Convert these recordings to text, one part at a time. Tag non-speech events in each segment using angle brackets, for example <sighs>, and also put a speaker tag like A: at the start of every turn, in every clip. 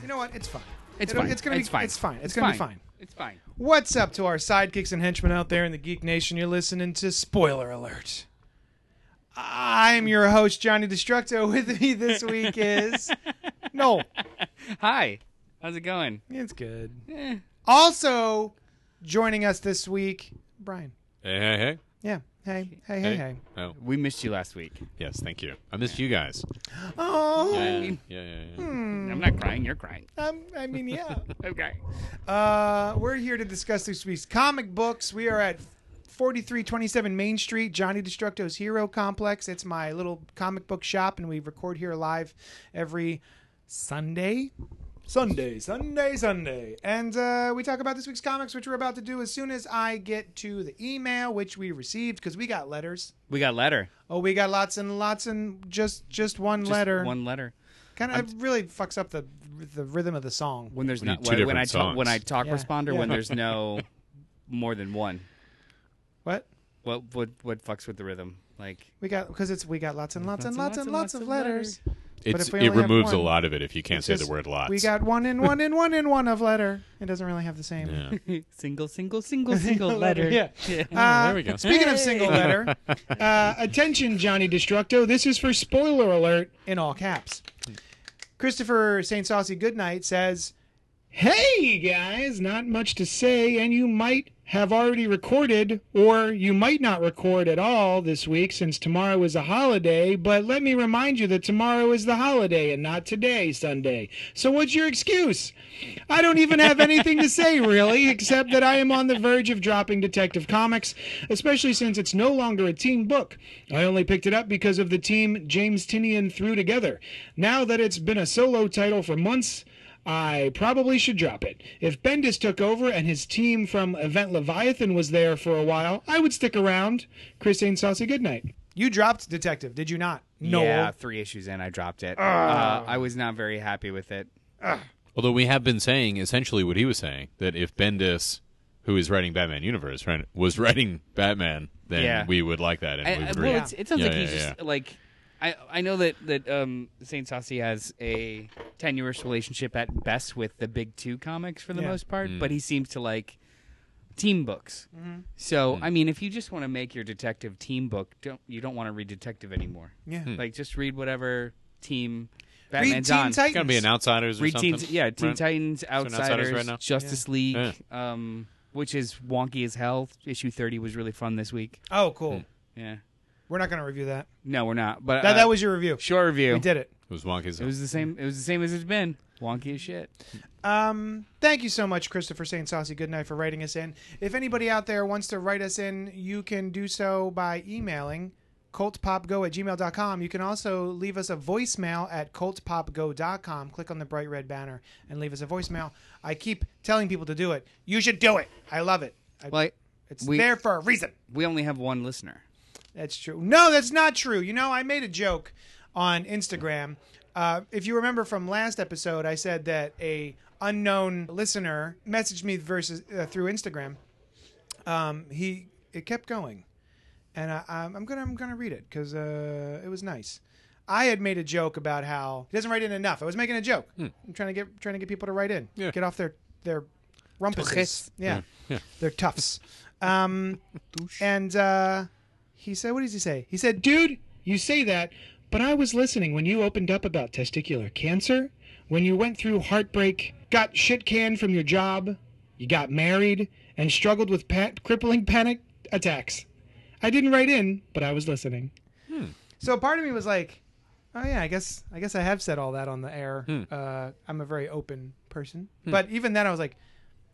A: You know what? It's fine.
B: It's
A: It'll-
B: fine.
A: It's gonna
B: it's
A: be
B: fine.
A: It's fine. It's, gonna be fine.
B: It's fine.
A: What's up to our sidekicks and henchmen out there in the Geek Nation? You're listening to Spoiler Alert. I'm your host, Johnny Destructo. <laughs> With me this week is Noel.
B: Hi. How's it going?
A: <laughs> It's good.
B: Eh.
A: Also joining us this week, Brian.
C: Hey, hey, hey.
A: Yeah. Hey, hey, hey, hey.
C: Oh,
B: We missed you last week.
A: <laughs>
C: yes, thank you. I missed you guys.
A: Oh,
C: Yeah, yeah, yeah.
A: Hmm,
C: yeah.
B: I'm not crying. You're crying.
A: um, I mean, yeah.
B: Okay.
A: Uh, we're here to discuss this week's comic books. We are at 4327 Main Street, Johnny Destructo's Hero Complex. It's my little comic book shop, and we record here live every Sunday. Sunday, Sunday, Sunday. And uh, we talk about this week's comics, which we're about to do as soon as I get to the email, which we received because we got letters.
B: We got letter.
A: Oh, we got lots and lots and just just one
B: Just
A: letter.
B: One letter.
A: Kind of really fucks up the the rhythm of the song.
B: When there's
C: We
B: not
C: need two
B: when, when I
C: different
B: talk when I
C: songs.
B: talk
A: Yeah.
B: responder when
A: Yeah. <laughs>
B: there's no more than one.
A: What?
B: What what what fucks with the rhythm? Like <laughs>
A: We got because it's we got lots and lots, and lots and lots, of letters.
C: It's,
A: if we
C: it
A: only have
C: removes a
A: one,
C: lot of it if you can't say
A: Just-
C: the word lots.
A: We got one and one and one and one of letter. It doesn't really have the same
C: Yeah.
B: single single <laughs> single single
A: <laughs>
B: letter.
A: Yeah.
C: Oh,
A: Uh,
C: there we
A: <laughs>
C: go.
A: Speaking of single letter,
D: <laughs> Uh, attention, Johnny Destructo. This is for spoiler alert.
A: in all caps, Christopher Saint Saucy Goodnight says,
D: Hey, guys, not much to say, and you might have already recorded, or you might not record at all this week since tomorrow is a holiday. But let me remind you that tomorrow is the holiday and not today, Sunday. So, what's your excuse? I don't even have anything to say, really, except that I am on the verge of dropping Detective Comics, especially since it's no longer a team book. I only picked it up because of the team James Tinian threw together. Now that it's been a solo title for months, I probably should drop it. If Bendis took over and his team from Event Leviathan was there for a while, I would stick around. Chris Ain't Saucy, good night.
A: "You dropped Detective, did you not?" No.
B: Yeah, three issues in, I dropped it. Uh, I was not very happy with it.
C: Although we have been saying essentially what he was saying that if Bendis, who is writing Batman Universe, right, was <laughs> writing Batman, then
B: Yeah.
C: we would like that and
B: I,
C: we
B: I-
C: would
B: well,
C: read.
B: it's, it sounds
C: Yeah,
B: like
C: yeah,
B: he's
C: yeah.
B: just like I I know that that um, Saint Saucy has a tenuous relationship at best with the big two comics for the
A: Yeah.
B: most part, but
C: Mm.
B: he seems to like team books. So
C: Mm.
B: I mean, if you just want to make your detective team book, don't you don't want to read detective anymore?
A: Yeah. Hmm.
B: like just read whatever team
A: Read
B: Batman's
A: Teen
B: on.
A: Titans.
C: Gotta be an outsiders or
B: Read
C: something.
B: Teen, yeah, Teen
C: right?
B: Titans,
C: Outsiders
B: Outsiders,
C: right now?
B: Justice League, um, which is wonky as hell. Issue thirty was really fun this week.
A: Oh, cool.
B: Yeah.
A: We're not going to review that.
B: No, we're not. But
A: That,
B: Hmm. uh,
A: that was your review.
B: short review.
A: We did it.
C: It was wonky. as
B: It
C: hell.
B: was the same. It was the same as it's been. Wonky as shit.
A: Um, thank you so much, Christopher St. Saucy Goodnight, for writing us in. If anybody out there wants to write us in, you can do so by emailing cultpopgo at gmail.com. You can also leave us a voicemail at cultpopgo.com. Click on the bright red banner and leave us a voicemail. I keep telling people to do it. You should do it. I love it. I,
B: Like
A: it's
B: we-
A: there for a reason.
B: we only have one listener.
A: That's true. No, that's not true. You know, I made a joke on Instagram. Uh, if you remember from last episode, I said that a unknown listener messaged me versus uh, through Instagram. Um, he it kept going, and I, I'm I'm gonna I'm gonna read it because uh, it was nice. I had made a joke about how he doesn't write in enough. I was making a joke. I'm trying to get trying to get people to write in.
C: Yeah.
A: Get off their their rumpuses.
B: Tuchus.
A: Yeah. They're toughs. Um, <laughs> and uh, he said, what did he say? He said,
D: Dude, you say that, but I was listening when you opened up about testicular cancer, when you went through heartbreak, got shit canned from your job, you got married, and struggled with pa- crippling panic attacks. I didn't write in, but I was listening.
A: so part of me was like, oh yeah, I guess I guess I have said all that on the air. Uh, I'm a very open person, but even then I was like,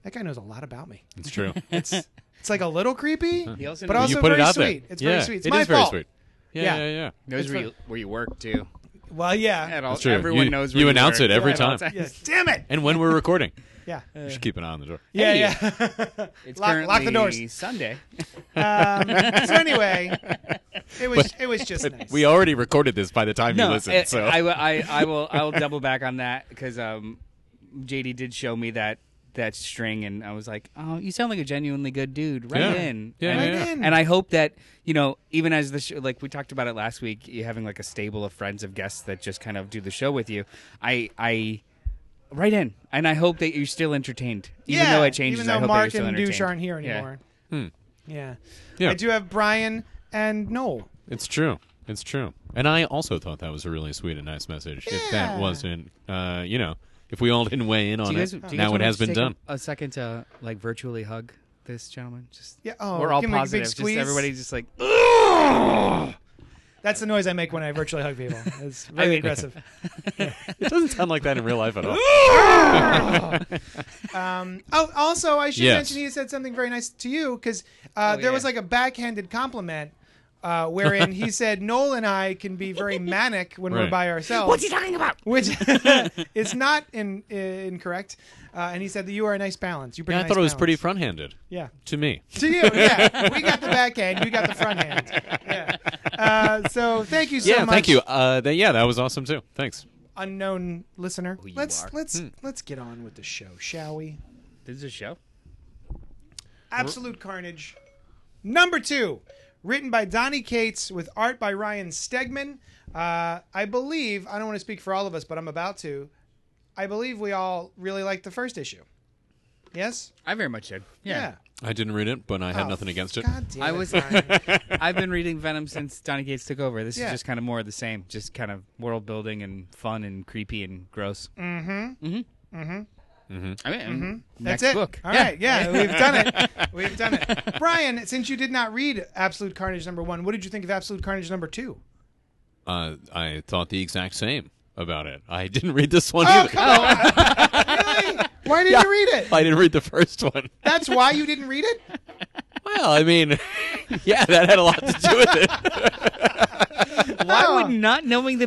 A: that guy knows a lot about me.
B: <laughs>
C: It's true.
A: It's <laughs> It's like a little creepy,
B: He also
A: but
B: knows-
A: also
C: you put
A: very
C: it out
A: sweet.
C: there.
A: It's
C: yeah,
A: very sweet. It's
C: it
A: my
C: is very
A: fault.
C: sweet.
A: Yeah.
C: Yeah, yeah, yeah.
B: knows
A: It's
B: where
A: fun.
B: you, where you work too.
A: Well, yeah.
B: At all,
C: That's true.
B: Everyone
C: You-
B: knows.
C: you
B: Where you
C: announce
B: work
C: it every
B: at all
C: time.
A: Yes.
B: times.
A: Damn it. <laughs>
C: And when we're recording,
A: Yeah.
C: you should keep an eye on the door.
A: Yeah,
B: Hey.
A: yeah. <laughs>
B: It's
A: lock, lock the
B: currently
A: doors.
B: Sunday.
A: Um, so anyway, it was it was just nice.
C: We already recorded this by the time you listen,
B: I-
C: so
B: eh, I, will- I, I will I will double back on that because um, JD did show me that that string, and I was like, oh, you sound like a genuinely good dude. Right
C: Yeah.
B: in,
C: Yeah,
B: and,
C: yeah,
A: Right yeah. in.
B: And I hope that you know, even as the show, like we talked about it last week, you having like a stable of friends of guests that just kind of do the show with you. I I. Right in, and I hope that you're still entertained, even
A: yeah,
B: though it changes.
A: even
B: I
A: though
B: hope that you're
A: Mark
B: still
A: and Douche
B: entertained.
A: aren't here
B: Yeah. Hmm.
A: anymore. Yeah.
C: Yeah.
A: I do have Brian and Noel.
C: it's true. It's true. And I also thought that was a really sweet and nice message. If
A: Yeah.
C: that wasn't, uh, you know, if we all didn't weigh in on
B: Do you guys,
C: it,
B: do you guys
C: now it
B: want me
C: has
B: to
C: been
B: take
C: done.
B: A, a second to like virtually hug this gentleman. Just
A: Yeah, oh,
B: we're all
A: give him a big
B: positive.
A: squeeze.
B: Just everybody just like
A: That's the noise I make when I virtually hug people. It's
B: <laughs>
A: very
B: mean-
A: aggressive.
C: it doesn't sound like that in real life at all.
A: Um, oh, also, I should
C: Yes.
A: mention he said something very nice to you because uh,
B: Oh,
A: there
B: yeah.
A: was like a backhanded compliment uh, wherein
C: <laughs>
A: he said Noel and I can be very manic when we're
C: Right.
A: by ourselves. What's he talking about?
B: <laughs>
A: Which <laughs> is not in, uh, incorrect. Uh, and he said that you are a nice balance. You bring
C: Yeah, I
A: a nice
C: thought it was
A: balance.
C: pretty front-handed
A: Yeah.
C: to me.
A: To you, yeah. We got the backhand. You got the front hand.
C: <laughs>
A: Yeah. Uh, so thank you so
C: yeah,
A: much.
C: thank you. Uh, th- yeah, that was awesome too. Thanks.
A: unknown listener.
B: Oh, you
A: let's
B: are.
A: let's
C: Hmm.
A: let's get on with the show, shall we?
B: this is a show.
A: Absolute Carnage. Number two, written by Donnie Cates with art by Ryan Stegman. Uh, I believe I don't want to speak for all of us, but I'm about to. I believe we all really liked the first issue. Yes.
B: I very much did. Yeah.
C: I didn't read it, but I had
A: Oh,
C: nothing against it.
A: God damn
B: I
A: it, <laughs>
B: was-
A: Ryan.
B: <laughs> I've been reading Venom since Donny Gates took over. This
A: Yeah.
B: is just kind of more of the same, just kind of world building and fun and creepy and gross. Mm-hmm. Mm-hmm. Mm-hmm. I mean,
A: That's
B: next
A: it.
B: book.
A: All right. Yeah, we've done
B: <laughs>
A: it. We've done it. Brian, since you did not read Absolute Carnage number one, what did you think of Absolute Carnage number two?
C: Uh, I thought the exact same about it. I didn't read this one
A: Oh,
C: either.
A: come on. <laughs> really? Why didn't you read it?
C: <laughs> I didn't read the first one.
A: That's why you didn't read it?
C: Well, I mean, <laughs> yeah, that had a lot to do with it.
B: Why would not knowing the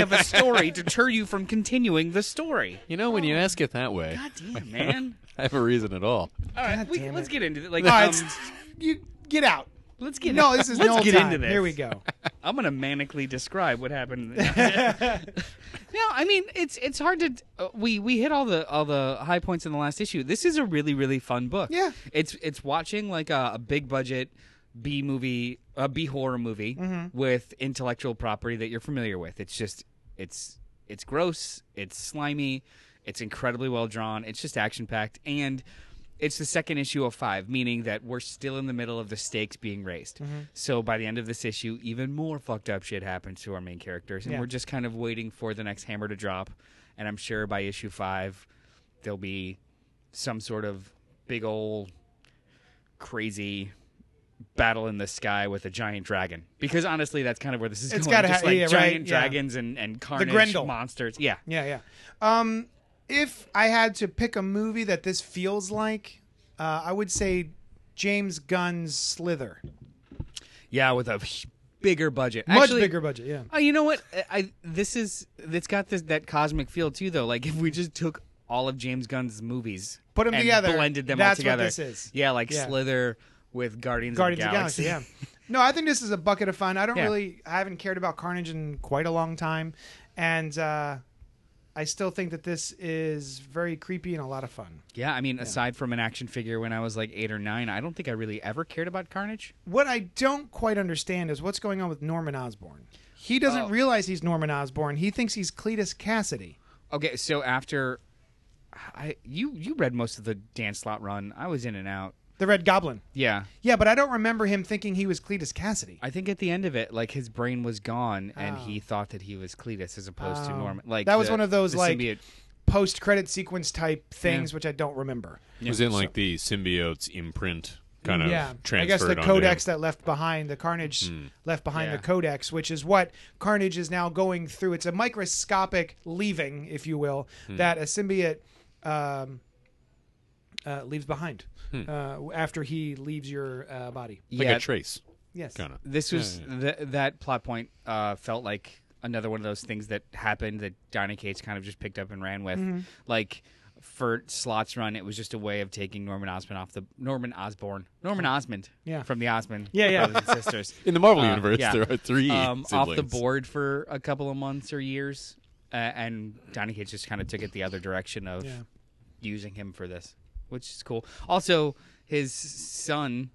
A: <laughs>
B: of a story deter you from continuing the story?
C: You know, when you ask it that way,
B: God damn, man.
C: I have a reason at all.
B: All right, we,
A: damn
B: let's
A: it.
B: get into it. Like,
A: No,
B: um,
A: it's, you get out.
B: let's get
A: No, this is
B: <laughs> let's
A: no
B: get
A: time.
B: into this.
A: Here we go.
B: I'm gonna manically describe what happened. <laughs> no, I mean it's it's hard to uh, we we hit all the all the high points in the last issue. This is a really really fun book.
A: Yeah.
B: it's it's watching like a, a big budget B movie, a B horror movie with intellectual property that you're familiar with. It's just it's it's gross, it's slimy, it's incredibly well drawn, it's just action packed, and it's the second issue of five, meaning that we're still in the middle of the stakes being raised. So by the end of this issue, even more fucked up shit happens to our main characters, and
A: Yeah.
B: we're just kind of waiting for the next hammer to drop. And I'm sure by issue five, there'll be some sort of big old crazy battle in the sky with a giant dragon. Because honestly, that's kind of where this is
A: It's
B: going.
A: gotta
B: Just
A: ha-
B: like
A: yeah, right,
B: giant
A: yeah.
B: dragons and and carnage
A: Grendel.
B: monsters. Yeah,
A: Yeah, yeah. Um, if I had to pick a movie that this feels like, uh, I would say James Gunn's Slither.
B: yeah, with a h- bigger budget.
A: Much
B: Actually,
A: bigger budget, yeah.
B: Oh, you know what? I, I this is it's got this that cosmic feel too, though. Like if we just took all of James Gunn's movies,
A: Put 'em
B: and
A: together,
B: blended them
A: that's
B: all
A: what
B: together.
A: this is.
B: Yeah, like
A: Yeah.
B: Slither with Guardians,
A: Guardians
B: of the Galaxy.
A: of the Galaxy. Yeah. No, I think this is a bucket of fun. I don't
B: Yeah.
A: really, I haven't cared about Carnage in quite a long time, and uh, I still think that this is very creepy and a lot of fun.
B: Yeah, I mean, aside from an action figure when I was like eight or nine, I don't think I really ever cared about Carnage.
A: What I don't quite understand is what's going on with Norman Osborn. He doesn't
B: Oh.
A: realize he's Norman Osborn. He thinks he's Cletus Cassidy.
B: Okay, so after I you you read most of the Dan Slot run, I was in and out.
A: The Red Goblin.
B: Yeah,
A: Yeah, but I don't remember him thinking he was Cletus Cassidy.
B: I think at the end of it, like his brain was gone, and
A: Oh.
B: he thought that he was Cletus as opposed to
A: Oh.
B: Norman. Like
A: That was
B: the-
A: one of those,
B: the
A: like-
B: symbiote.
A: Post credit sequence type things, which I don't remember.
C: It was in like the symbiote's imprint kind of
A: yeah,
C: transferred
A: I guess the
C: onto
A: codex
C: him. Hmm.
A: that left behind the Carnage left behind
B: Yeah.
A: the codex, which is what Carnage is now going through. It's a
C: Hmm.
A: microscopic leaving, if you will, that a symbiote um, uh, leaves behind
C: Hmm.
A: uh, after he leaves your uh, body.
C: Like
B: yeah,
C: a trace,
A: Yes.
C: kind of.
B: this was th- that plot point uh, felt like another one of those things that happened that Donny Cates kind of just picked up and ran with.
A: Mm-hmm.
B: Like for Slot's run, it was just a way of taking Norman Osborn off the Norman Osborn, Norman Osmond,
A: Yeah.
B: from the Osmond,
A: Yeah, yeah. <laughs>
B: brothers and sisters.
C: In the Marvel
B: Uh,
C: universe,
B: yeah.
C: there are three
B: um, off the
C: siblings.
B: board for a couple of months or years, uh, and Donny Cates just kind of took it the other direction of
A: Yeah.
B: using him for this, which is cool. Also, his son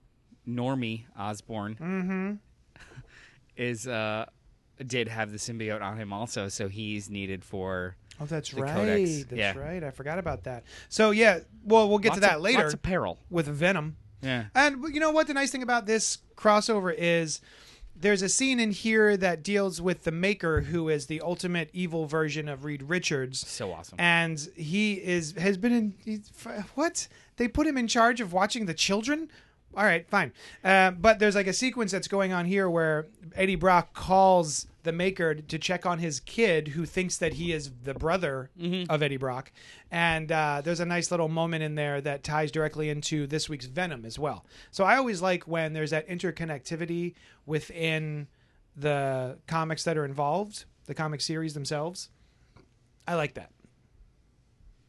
B: Normie Osborne
A: Mm-hmm.
B: <laughs> is uh did have the symbiote on him also, so he's needed for
A: Oh, that's
B: The
A: right.
B: codex.
A: That's
B: Yeah.
A: right. I forgot about that. So yeah, well, we'll get
B: Lots
A: to that
B: of-
A: later
B: Lots of peril.
A: with Venom.
B: Yeah.
A: And you know what? The nice thing about this crossover is there's a scene in here that deals with the Maker, who is the ultimate evil version of Reed Richards.
B: <laughs> So awesome.
A: And he is has been in he's, what? They put him in charge of watching the children. All right, fine. Uh, but there's like a sequence that's going on here where Eddie Brock calls the Maker to check on his kid, who thinks that he is the brother of Eddie Brock. And uh, there's a nice little moment in there that ties directly into this week's Venom as well. So I always like when there's that interconnectivity within the comics that are involved, the comic series themselves. I like that.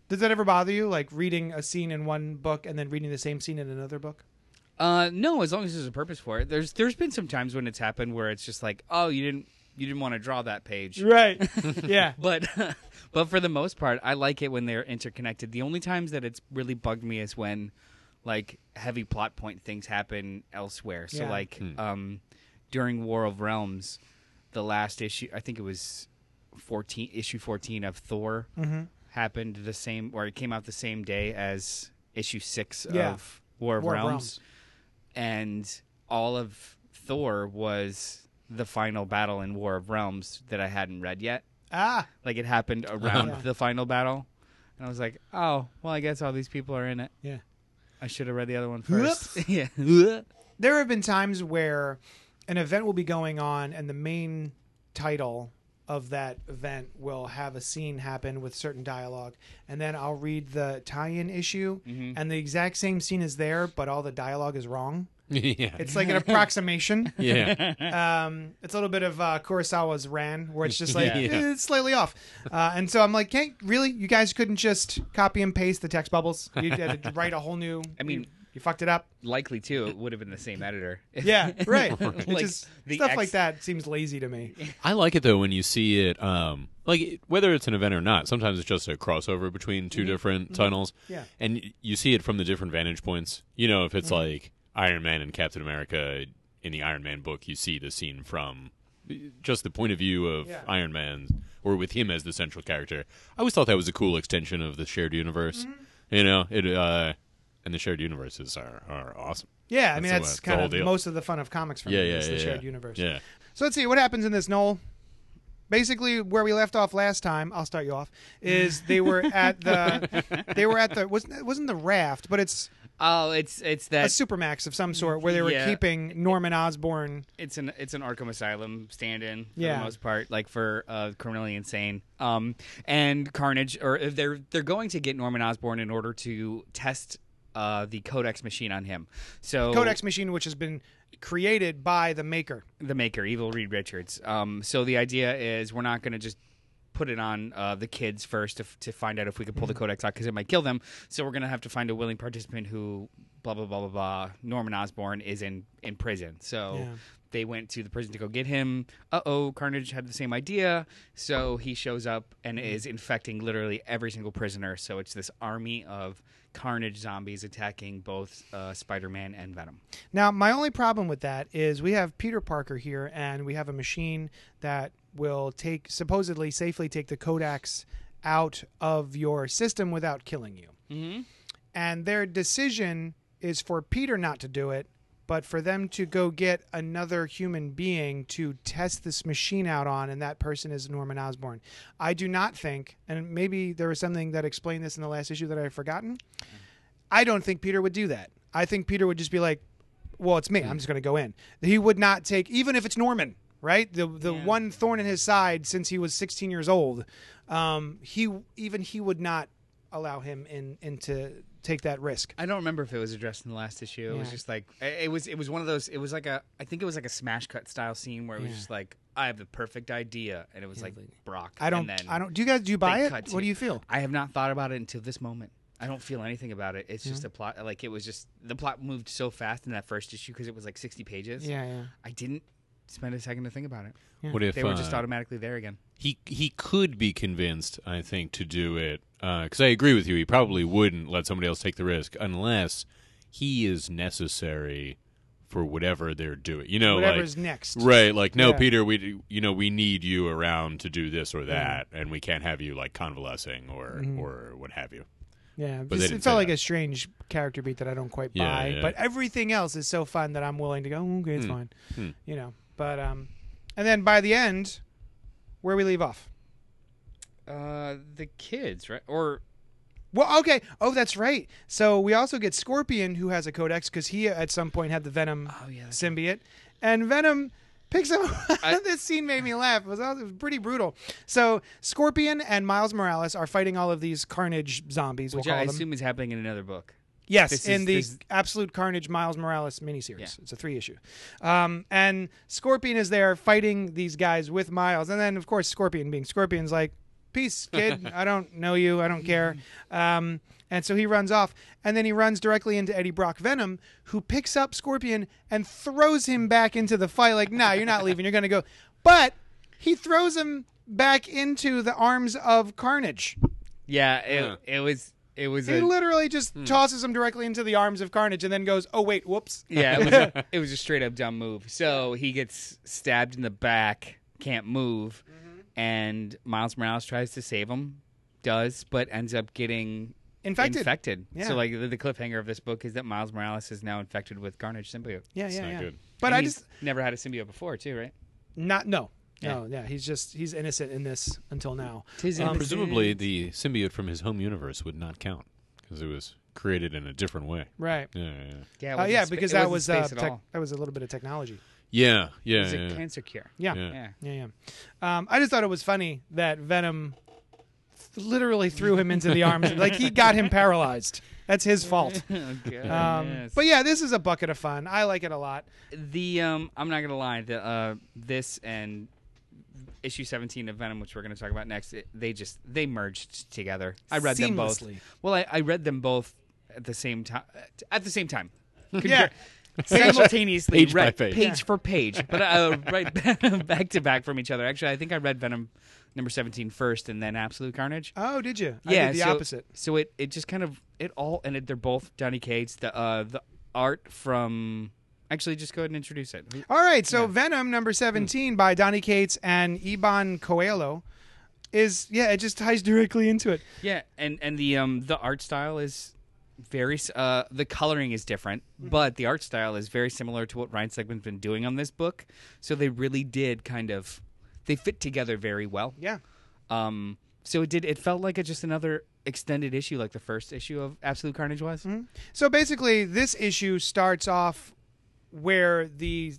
A: Does that ever bother you, like reading a scene in one book and then reading the same scene in another book?
B: Uh, no, as long as there's a purpose for it. There's there's been some times when it's happened where it's just like, oh, you didn't you didn't want to draw that page. <laughs>
A: Right. yeah.
B: but but for the most part, I like it when they're interconnected. The only times that it's really bugged me is when like heavy plot point things happen elsewhere. So
A: Yeah.
B: like um during War of Realms, the last issue, I think it was 14 issue 14 of Thor
A: Mm-hmm.
B: happened the same or it came out the same day as issue 6
A: Yeah.
B: of War of
A: War of
B: Realms.
A: Realms.
B: And all of Thor was the final battle in War of Realms that I hadn't read yet
A: Ah.
B: like it
A: <laughs>
B: happened around
A: Yeah.
B: the final battle and i was like oh well i guess all these people are in it
A: Yeah.
B: i should have read the other one first <laughs> yeah yeah
A: There have been times where an event will be going on and the main title of that event will have a scene happen with certain dialogue and then I'll read the tie-in issue
B: Mm-hmm.
A: and the exact same scene is there but all the dialogue is wrong.
C: <laughs> yeah,
A: It's
B: <laughs>
A: like an approximation.
C: yeah.
A: um, it's a little bit of uh, Kurosawa's Ran, where it's
C: <laughs>
A: just like
C: Yeah.
A: eh, it's slightly off, uh, and so I'm like, can't really? You guys couldn't just copy and paste the text bubbles? You had to
C: <laughs>
A: write a whole new.
B: I mean-
A: you, you fucked it up.
B: likely too it would have been the same editor
A: Yeah, right. It
B: Like,
A: just-
B: the
A: stuff
B: ex-
A: like that seems lazy to me.
C: I like it though when you see it, um, like it- whether it's an event or not. Sometimes it's just a crossover between 2 different tunnels.
A: Mm-hmm. Yeah.
C: and y- you see it from the different vantage points. You know, if it's
A: Mm-hmm.
C: like Iron Man and Captain America in the Iron Man book, you see the scene from just the point of view of
A: Yeah.
C: Iron Man, or with him as the central character. I always thought that was a cool extension of the shared universe.
A: Mm-hmm.
C: You know, it uh, and the shared universes are are awesome.
A: Yeah, I mean
C: That's
A: that's
C: the way- the
A: kind
C: whole
A: of
C: deal.
A: most of the fun of comics for
C: Yeah,
A: me.
C: yeah,
A: is
C: yeah,
A: the
C: yeah.
A: shared universe.
C: Yeah.
A: So let's see what happens in this Noel. Basically, where we left off last time, I'll start you off. Is they were at
B: <laughs>
A: the, they were at the wasn't it wasn't the raft, but it's
B: <laughs> oh it's it's
A: a
B: that
A: supermax of some sort where they were
B: Yeah.
A: keeping Norman Osborn.
B: it's an it's an arkham asylum stand-in for
A: Yeah.
B: the most part like for uh criminally insane um and carnage or if they're they're going to get norman osborn in order to test uh the codex machine on him so
A: Codex machine, which has been created by the maker.
B: the maker, Evil Reed Richards. Um, so the idea is we're not going to just put it on uh, the kids first to, f- to find out if we could pull the codex out because it might kill them. So we're going to have to find a willing participant who, blah blah blah blah blah. Norman Osborn is in in prison, so.
A: Yeah.
B: They went to the prison to go get him. Uh oh, Carnage had the same idea. So he shows up and is infecting literally every single prisoner. So it's this army of Carnage zombies attacking both uh, Spider Man and Venom.
A: Now, my only problem with that is we have Peter Parker here, and we have a machine that will take supposedly safely take the codex out of your system without killing you. Mm-hmm. And their decision is for Peter not to do it, but for them to go get another human being to test this machine out on, and that person is Norman Osborn. I do not think, and maybe there was something that explained this in the last issue that I've forgotten. I don't think Peter would do that. I think Peter would just be like, "Well, it's me. I'm just going to go in." He would not take, even if it's Norman, right? The the one thorn in his side since he was 16 years old. Um, he even he would not allow him in into take that risk.
B: I don't remember if it was addressed in the last issue. It was
A: Yeah.
B: just like i- it was it was one of those it was like a I think it was like a smash cut style scene where it was
E: Yeah.
B: just like I have the perfect idea and it was like
E: like-
B: Brock.
A: I don't.
B: and then
A: I don't. Do you guys do you buy
B: they
A: it?
B: cut
A: What
B: to-
A: do you feel?
B: I have not thought about it until this moment. I don't feel anything about it. It's just a plot like it was just the plot moved so fast in that first issue because it was like 60 pages.
A: Yeah, yeah.
B: I didn't spend a second to think about it.
C: What if
B: They were just
C: uh,
B: automatically there again.
C: he he could be convinced, I think, to do it because I agree with you. He probably wouldn't let somebody else take the risk unless he is necessary for whatever they're doing. You know,
A: Whatever's
C: like
A: next.
C: right, like no,
A: Yeah. Mm.
C: Peter, we d- you know we need you around to do this or that, and we can't have you like convalescing or
A: Mm-hmm.
C: or what have you.
A: Yeah,
C: they
A: just-
C: didn't
A: it felt
C: say
A: like
C: that.
A: a strange character beat that I don't quite
C: Yeah,
A: buy.
C: yeah. Hmm.
A: But everything else is so fun that I'm willing to go. "Mm, Okay, it's fine. You know, but um, and then by the end, where we leave off.
B: Uh the kids, right? Or
A: Well, okay. Oh, that's right. So we also get Scorpion, who has a codex because he at some point had the Venom
B: Oh, yeah, that's
A: symbiote, and Venom picks up. <laughs> this scene made me laugh. It was, it was pretty brutal. So Scorpion and Miles Morales are fighting all of these Carnage zombies.
B: which
A: we'll call
B: I
A: them.
B: assume is happening in another book.
A: Yes,
B: This
A: in
B: is-
A: the
B: this-
A: Absolute Carnage Miles Morales miniseries.
B: Yeah.
A: It's a three issue. Um, and Scorpion is there fighting these guys with Miles. And then, of course, Scorpion being Scorpion's like, Peace,
B: <laughs>
A: kid. I don't know you. I don't care. Um, and so he runs off. And then he runs directly into Eddie Brock Venom, who picks up Scorpion and throws him back into the fight. Like, nah, you're
B: <laughs>
A: not leaving. You're going to go. But he throws him back into the arms of Carnage.
B: Yeah, it, it was it was
A: He
B: a,
A: literally just
B: Hmm.
A: tosses him directly into the arms of Carnage and then goes, "Oh wait, whoops."
B: Yeah, it
A: <laughs>
B: was, a, it was a straight up dumb move. So he gets stabbed in the back, can't move,
A: Mm-hmm.
B: and Miles Morales tries to save him, does, but ends up getting
A: Infected.
B: infected.
A: Yeah.
B: So like the, the cliffhanger of this book is that Miles Morales is now infected with Carnage symbiote.
A: Yeah,
C: It's
A: yeah,
C: not
A: yeah.
C: good.
A: But
B: And
A: I
B: he's
A: just
B: never had a symbiote before, too, right?
A: not no. No, yeah, he's just he's innocent in this until now.
B: Tis
C: And Um, presumably, the symbiote from his home universe would not count because it was created in a different way.
A: Right.
C: Yeah, yeah,
B: yeah, it
A: Uh,
B: wasn't
A: yeah,
B: spa-
A: because
B: it
A: that
B: wasn't
A: was uh,
B: space at
A: tech-
B: all.
A: that was a little bit of technology.
C: yeah, yeah.
B: It was
C: yeah,
B: a
C: yeah.
B: cancer cure.
A: Yeah.
C: Yeah.
A: Yeah,
B: Yeah. <laughs>
A: yeah. Um, I just thought it was funny that Venom th- literally threw him into the arms like he got him paralyzed. That's his fault.
B: Okay.
A: Um,
B: Oh, Yes.
A: but yeah, this is a bucket of fun. I like it a lot.
B: the um I'm not gonna lie, the uh this and issue 17 of Venom, which we're gonna talk about next, it, they just they merged together. I read them both.
A: Seamlessly.
B: Well, I, I read them both at the same time. At the same time.
A: <laughs> Yeah.
B: <laughs> Simultaneously,
C: Page by
B: read
C: page.
B: for page, but uh, right <laughs> back to back from each other. Actually, I think I read Venom number 17 first, and then Absolute Carnage
A: Oh, did you? I did the
B: so,
A: opposite.
B: So it it just kind of it all and it, they're both Donny Cates. The uh the art from actually just go ahead and introduce it.
A: All right, so Venom number 17 by Donny Cates and Iban Coelho is yeah, it just ties directly into it.
B: Yeah, and and the um the art style is very s- uh the coloring is different,
A: Mm-hmm.
B: but the art style is very similar to what Ryan Segman's been doing on this book. So they really did kind of they fit together very well.
A: Yeah.
B: Um so it did it felt like a, just another extended issue like the first issue of Absolute Carnage was.
A: So basically this issue starts off where the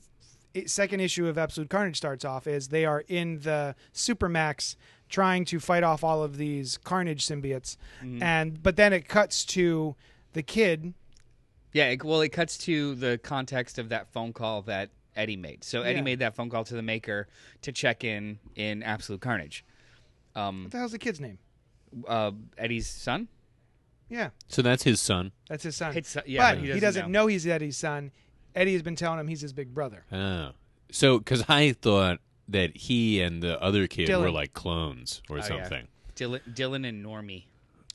A: i- second issue of Absolute Carnage starts off is they are in the Supermax trying to fight off all of these Carnage symbiotes and but then it cuts to the kid
B: Yeah, it, well, it cuts to the context of that phone call that Eddie made. So Eddie
A: Yeah.
B: made that phone call to the maker to check in in Absolute Carnage. Um,
A: what the hell's the kid's name?
B: uh, Eddie's son.
A: Yeah,
C: So that's his son.
A: that's his son.
B: It's- uh, yeah,
A: but he doesn't, know. he's Eddie's son. Eddie has been telling him he's his big brother.
C: Oh. So, because I thought that he and the other kid were
A: Dylan.
C: like clones or
B: Oh, yeah.
C: something.
B: Dylan, Dylan and Normie.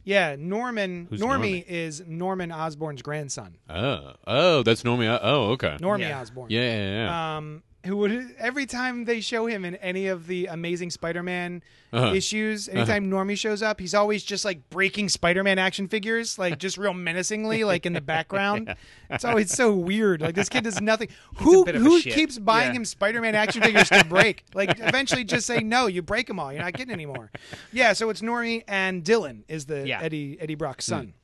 A: Yeah, Norman.
C: Who's
A: Normie
C: Normie?
A: is Norman Osborn's grandson.
C: Oh, oh, that's Normie. O- Oh, okay.
A: Normie
B: Uh, Yeah.
A: Osborn.
C: yeah, yeah, yeah.
A: Um, who would every time they show him in any of the Amazing Spider-Man
C: Uh-huh.
A: issues, anytime Normie shows up, he's always just like breaking Spider-Man action figures, like just real menacingly, like
B: <laughs>
A: in the background. It's always so weird. Like this kid does nothing. who
B: bit of a
A: who
B: shit.
A: keeps buying
B: Yeah.
A: him Spider-Man action figures to break? Like eventually, just say no. You break them all. You're not getting any more. Yeah. So it's Normie and Dylan is the
B: Yeah. Mm.
A: Eddie Eddie Brock's son.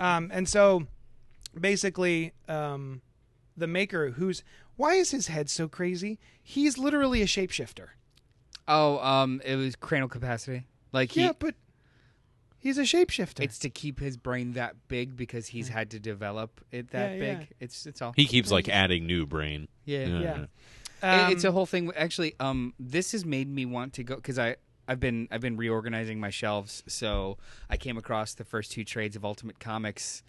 A: Um, and so basically, um, the maker who's why is his head so crazy? He's literally a shapeshifter.
B: Oh, um, it was cranial capacity. Like he,
A: yeah, but He's a shapeshifter.
B: It's to keep his brain that big because he's had to develop it that
A: Yeah,
B: big.
A: yeah.
B: It's it's all.
C: He keeps like adding new brain.
B: yeah.
A: yeah.
B: mm-hmm. It-
A: Um,
B: it's a whole thing. Actually, um, this has made me want to go because I I've been I've been reorganizing my shelves. So I came across the first two trades of Ultimate Comics,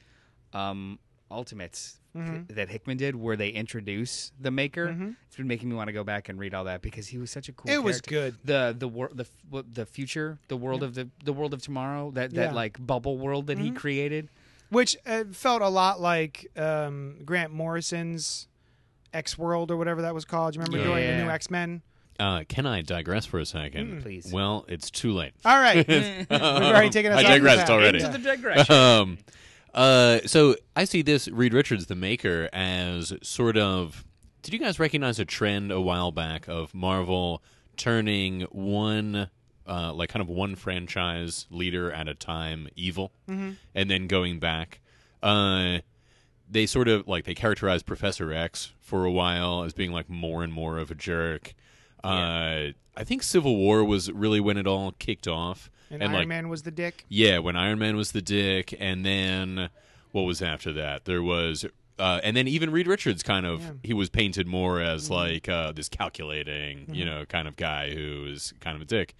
B: um, Ultimates
A: Mm-hmm.
B: th- that Hickman did, where they introduce the maker. It's been making me want to go back and read all that because he was such a cool.
A: It was
B: character. the the wor- the f- what- the future, the world of the the world of tomorrow. That that
A: Yeah.
B: like bubble world that he created.
A: which uh, felt a lot like um, Grant Morrison's X World or whatever that was called. You remember during the
B: Yeah.
A: new X Men?
C: Uh, can I digress for a second?
B: Please.
C: Well, it's too late.
A: Mm, All
C: <laughs>
A: right, we've already taken us.
C: I
A: off the
C: digressed
A: path.
C: already.
B: Into
C: Yeah.
B: the digression.
C: Um, uh, so I see this Reed Richards, the maker, as sort of. Did you guys recognize a trend a while back of Marvel turning one, uh, like kind of one franchise leader at a time evil,
A: Mm-hmm.
C: and then going back? Uh, they sort of like they characterized Professor X for a while as being like more and more of a jerk. Uh, I think Civil War was really when it all kicked off,
A: And,
C: and
A: Iron
C: like
A: Man was the dick.
C: yeah, when Iron Man was the dick, and then what was after that? There was, uh, and then even Reed Richards kind of he was painted more as
A: Mm-hmm.
C: like uh, this calculating, you know, kind of guy who is kind of a dick.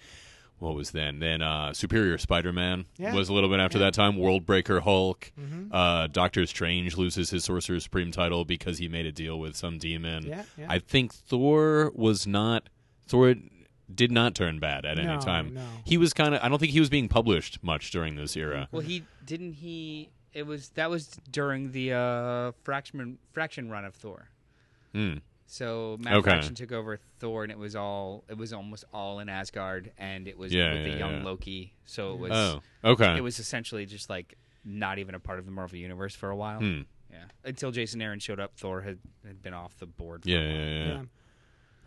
C: What was then? Then uh, Superior Spider-Man
A: Yeah.
C: was a little bit after that time. Worldbreaker Hulk.
A: Mm-hmm.
C: Uh, Doctor Strange loses his Sorcerer Supreme title because he made a deal with some demon.
A: Yeah, yeah.
C: I think Thor was not Thor did not turn bad at
A: No,
C: any time.
A: no.
C: He was kind of I don't think he was being published much during this era.
B: <laughs> Well, he didn't he. It was that was during the uh, fraction fraction run of Thor.
C: Hmm.
B: So Matt
C: Okay.
B: Fraction took over Thor, and it was all it was almost all in Asgard, and it was
C: Yeah,
B: with
C: yeah,
B: the young
C: yeah.
B: Loki. So it was
C: Oh, okay.
B: it was essentially just like not even a part of the Marvel universe for a while.
C: Hmm.
B: Yeah, until Jason Aaron showed up, Thor had, had been off the board. For
C: yeah,
B: a while.
C: yeah, yeah, yeah.
A: Yeah.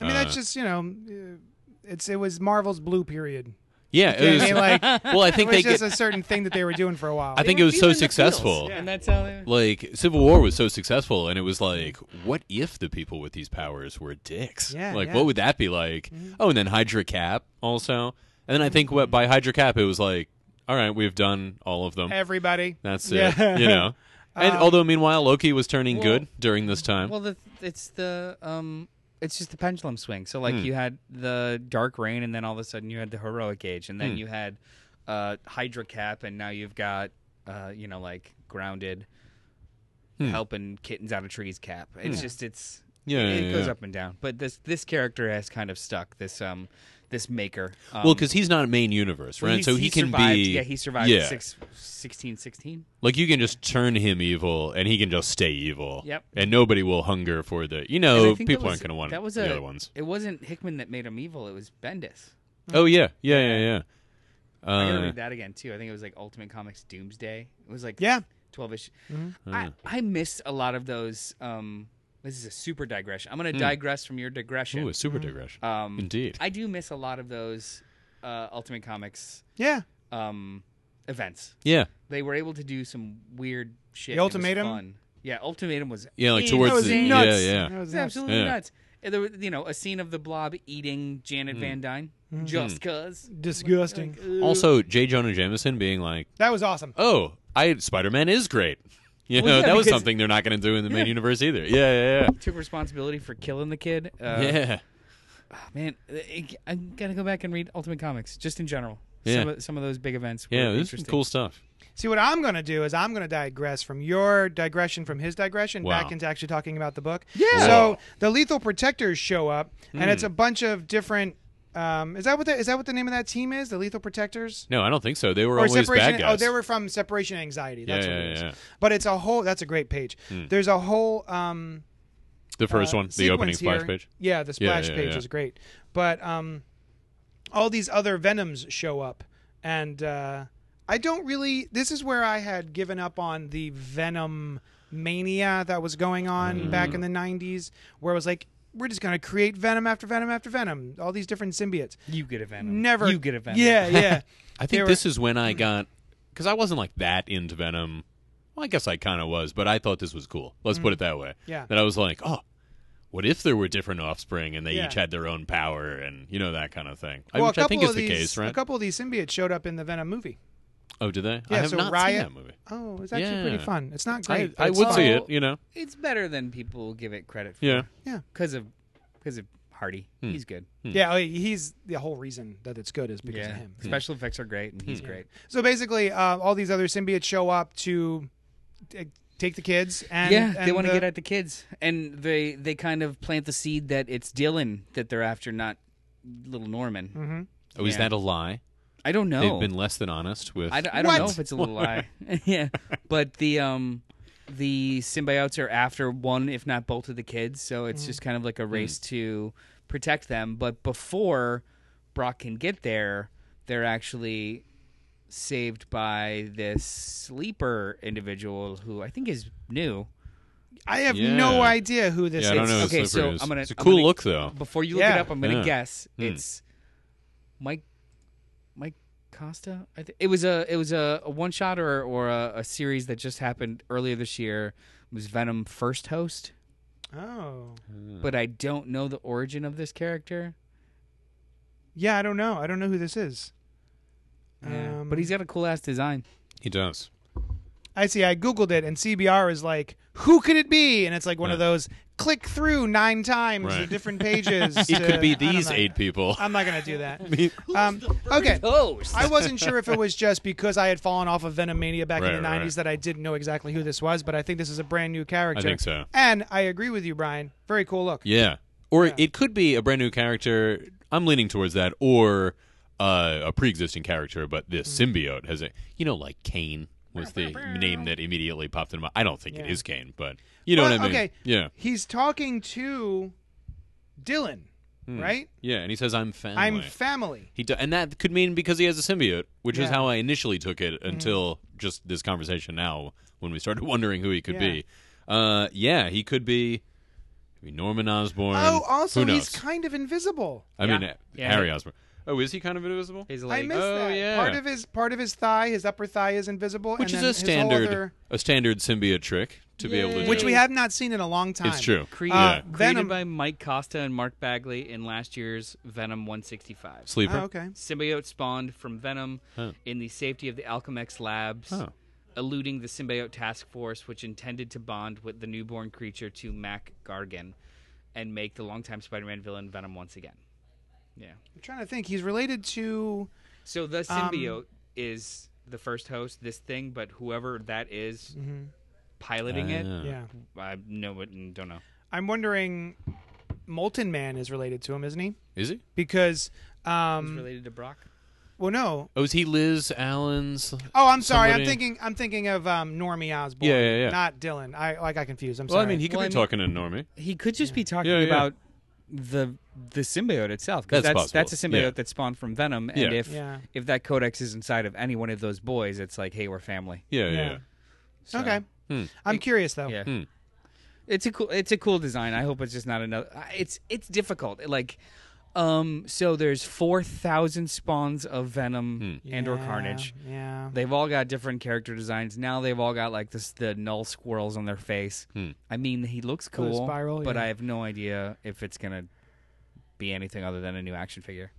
A: I mean, that's
C: Uh,
A: just you know, uh, it's it was Marvel's blue period.
C: Yeah,
A: You know
C: it
A: what I
C: was,
A: mean? like
C: well, <laughs> I think
A: it
C: they
A: was
C: get,
A: just a certain thing that they were doing for a while.
C: I think
B: They
C: it
B: were
C: was so
B: feeling the feels,
C: successful.
B: and that's how. They,
C: Like Civil War was so successful, and it was like, what if the people with these powers were dicks?
A: Yeah,
C: like,
A: yeah. Mm-hmm.
C: what would that be like? Oh, and then Hydra Cap also, and then I think what by Hydra Cap it was like, all right, we've done all of them.
A: everybody.
C: That's
A: Yeah.
C: it.
B: <laughs>
C: You know. And although meanwhile Loki was turning
B: Um, well-
C: good during this time.
B: Well, the, it's the um, it's just the pendulum swing. So like
C: Hmm.
B: you had the dark rain, and then all of a sudden you had the heroic age, and then
C: Hmm.
B: you had uh, Hydra Cap, and now you've got uh, you know like grounded, helping kittens out of trees Cap. It's just it's
C: Hmm. Yeah,
B: it,
C: yeah,
B: it goes
C: yeah.
B: up and down. But this this character has kind of stuck. This um. This maker, um,
C: Well, because he's not main universe, right?
B: he's-
C: so he, can
B: survived,
C: be.
B: Yeah, he survived
C: Yeah,
B: six, 16, 16.
C: like you can just turn him evil, and he can just stay evil.
B: Yep.
C: And nobody will hunger for the. You
B: And I think
C: know, Oh, people
B: that was-
C: aren't going to want
B: that was
C: the
B: a-
C: other ones.
B: It wasn't Hickman that made him evil. It was Bendis.
C: Oh yeah, yeah, yeah, yeah.
B: hmm. I gotta
C: Uh,
B: read that again too. I think it was like Ultimate Comics Doomsday. It was like
A: Yeah. Mm-hmm.
B: twelve ish.
C: Uh.
B: I I missed a lot of those. Um, this is a super digression. I'm gonna digress from your digression.
C: Hmm. ooh, a super digression.
B: um,
C: Indeed.
B: I do miss a lot of those uh, Ultimate Comics
A: Yeah,
B: um, events.
C: yeah,
B: They were able to do some weird shit.
A: The
B: It was
A: Ultimatum?
B: fun. Yeah, Ultimatum was
C: yeah, like
B: insane.
C: towards
A: was
C: the
A: nuts.
C: yeah,
A: That
C: yeah.
A: was nuts.
B: It's absolutely
C: Yeah.
B: nuts. And there was, you know, a scene of the Blob eating
C: Mm.
B: Janet Van Dyne just cause.
A: Mm-hmm. disgusting.
C: Also, J. Jonah Jameson being like,
A: That was awesome.
C: "Oh, I Spider Man is great." <laughs> You
B: Well,
C: know,
B: yeah,
C: that was
B: because-
C: something they're not going to do in the main universe either. Yeah, yeah,
B: Took responsibility for killing the kid. Uh,
C: yeah. yeah.
B: Man, I- I gotta go back and read Ultimate Comics just in general.
C: Yeah.
B: Some of, some of those big events. Were
C: Yeah, this is
B: interesting.
C: some cool stuff.
A: See, what I'm going to do is I'm going to digress from your digression from his digression
C: Wow.
A: back into actually talking about the book.
B: Yeah.
A: So the Lethal Protectors show up, and
C: Hmm.
A: it's a bunch of different. Um, is that what the, is that what the name of that team is? The Lethal Protectors.
C: No, I don't think so. They were always
A: separation.
C: bad guys.
A: Oh, they were from separation anxiety. That's
C: Yeah,
A: what
C: yeah,
A: it is.
C: yeah. Hmm.
A: But it's a whole. That's a great page. There's a whole. Um,
C: the first one, the opening
A: uh, sequence
C: splash
A: here.
C: page.
A: Yeah, the
C: Yeah,
A: splash
C: yeah,
A: page
C: yeah.
A: is great, but um, all these other Venoms show up, and uh, I don't really. This is where I had given up on the Venom mania that was going on
C: Mm-hmm.
A: back in the '90s, where it was like, we're just gonna create Venom after Venom after Venom, all these different symbiotes.
B: You get a Venom.
A: Never
B: You get a Venom. <laughs>
A: Yeah, yeah.
C: I
A: They
C: think
A: were-
C: this is when I got because I wasn't like that into Venom. Well, I guess I kind of was, but I thought this was cool. Let's put it that way.
A: Mm. Yeah.
C: That I was like, oh, what if there were different offspring and they
A: Yeah.
C: each had their own power and you know that kind of thing, I-
A: Well, a
C: which I
A: couple
C: think is
A: of
C: the
A: these,
C: case, right?
A: a couple of these symbiotes showed up in the Venom movie.
C: Oh, did they?
A: Yeah,
C: I have
A: so
C: not
A: Riot-
C: seen that movie.
A: Oh, it's actually pretty
C: Yeah.
A: fun. It's not
C: I,
A: great. but
C: I
A: it's
C: would
A: fun.
C: see it, you know.
B: It's better than people give it credit for.
C: Yeah. Hmm.
B: Because of because of Hardy. He's good.
A: Yeah, like, he's the whole reason that it's good is because of
C: Hmm.
A: him.
B: Special effects are great and he's great.
A: So basically, uh, all these other symbiotes show up to t- take the kids, and
B: yeah, they
A: and
B: want to
A: the-
B: get at the kids, and they they kind of plant the seed that it's Dylan that they're after, not little Norman.
A: Mm-hmm.
C: Oh, is
B: Yeah.
C: that a lie?
B: I don't know.
C: They've been less than honest with.
B: I, d- I don't know
A: What?
B: if it's a little
C: <laughs>
B: lie. <laughs> yeah, but the um the symbiotes are after one, if not both of the kids, so
A: Mm.
B: it's just kind of
C: Mm.
B: like a race to protect them. But before Brock can get there, they're actually saved by this sleeper individual who I think is new.
A: I have
C: Yeah.
A: no idea who this
C: yeah, I
A: is.
C: don't know. who
B: okay,
C: Slippery
B: so
C: is.
B: I'm gonna-
C: it's a
B: I'm
C: cool
B: gonna-
C: look, though.
B: Before you look
A: Yeah.
B: it up, I'm going to
C: Yeah.
B: guess
C: Hmm.
B: it's Mike Mike Costa. I th- it was a it was a, a one shot or or a, a series that just happened earlier this year. It was Venom first host,
A: Oh,
C: Hmm.
B: but I don't know the origin of this character.
A: yeah, I don't know. I don't know who this is.
B: Yeah.
A: Um,
B: but he's got a cool ass design.
C: He does.
A: I see. I googled it, and CBR is like, who could it be? And it's like one of
C: Yeah.
A: those click through nine times
C: Right.
A: the
C: <laughs>
A: different pages.
C: It could be these
A: eight.
C: eight people.
A: I'm not gonna do
C: <laughs>
A: that. um, okay.
B: Host.
A: I wasn't sure if it was just because I had fallen off of Venom Mania back
C: Right,
A: in the
C: right,
A: 90s that I didn't know exactly who this was, but I think this is a brand new character.
C: I think so.
A: And I agree with you, Brian. Very cool look.
C: Yeah. Or it could be a brand new character. I'm leaning towards that, or uh, a pre-existing character, but this
A: Mm.
C: symbiote has a, you know, like Kane was the name that immediately popped in my. I don't think it
A: Yeah.
C: is Kane, but you know
A: Well,
C: what I mean.
A: Okay.
C: Yeah.
A: He's talking to Dylan,
C: Hmm.
A: right?
C: Yeah, and he says, "I'm family."
A: I'm family.
C: he do- and that could mean because he has a symbiote, which is
A: Yeah. Mm.
C: how I initially took it until just this conversation now when we started <laughs> wondering who he could
A: Yeah.
C: be. Uh, yeah, he could be. could be Norman Osborn.
A: Oh, also
C: who
A: he's
C: knows?
A: kind of invisible.
C: I
B: Yeah.
C: mean, uh,
B: Yeah.
C: Harry Osborn. Oh, is he kind of invisible?
B: His
A: I
B: leg.
A: missed
C: oh,
A: that.
C: yeah.
A: Part of his part of his thigh, his upper thigh is invisible,
C: which
A: and
C: is
A: then
C: a
A: his whole
C: standard
A: other-
C: a standard symbiote trick to be able to
B: Yay.
C: do.
A: which we have not seen in a long time. Ah.
C: it's true
B: Creed,
C: yeah.
A: Venom-
B: created by Mike Costa and Mark Bagley in last year's Venom 165.
C: sleeper
A: Oh, okay.
B: Symbiote spawned from Venom
C: Huh.
B: in the safety of the Alchemex labs,
C: Oh.
B: eluding the symbiote task force, which intended to bond with the newborn creature to Mac Gargan and make the longtime Spider-Man villain Venom once again. Yeah.
A: I'm trying to think. He's related to
B: So the symbiote is the first host, this thing, but whoever that is piloting
C: Ah.
B: it,
A: yeah.
B: I know it and don't know.
A: I'm wondering, Molten Man is related to him, isn't he?
C: is he
A: Because,
B: It's
A: um,
B: related to Brock.
A: well, no.
C: oh is he Liz Allen's
A: Oh, I'm sorry.
C: Somebody-
A: I'm thinking. I'm thinking of um, Normie Osborn.
C: Yeah, yeah, yeah.
A: Not Dylan. I like. I confused. I'm
C: well
A: sorry.
C: I mean he could
B: Well, I
C: be
B: mean-
C: talking to Normie
B: He could just be talking
C: Yeah, yeah.
B: about the the symbiote itself because
C: That's
B: that's
C: possible.
B: that's, a symbiote
C: Yeah.
B: that spawned from Venom, and
C: Yeah.
B: if
A: Yeah.
B: if that codex is inside of any one of those boys, it's like, hey, we're family.
C: yeah yeah,
A: Yeah.
C: yeah. hmm.
B: So,
A: okay. I'm curious though.
B: yeah, it's a cool it's a cool design. I hope it's just not another. I- It's it's difficult. Like, um, so there's four thousand spawns of Venom
C: Hmm.
B: and or
A: Yeah,
B: Carnage.
A: Yeah.
B: They've all got different character designs. Now they've all got like this the null squirrels on their face.
C: Hmm.
B: I mean, he looks
A: the
B: cool,
A: spiral,
B: but
A: yeah.
B: I have no idea if it's gonna be anything other than a new action figure.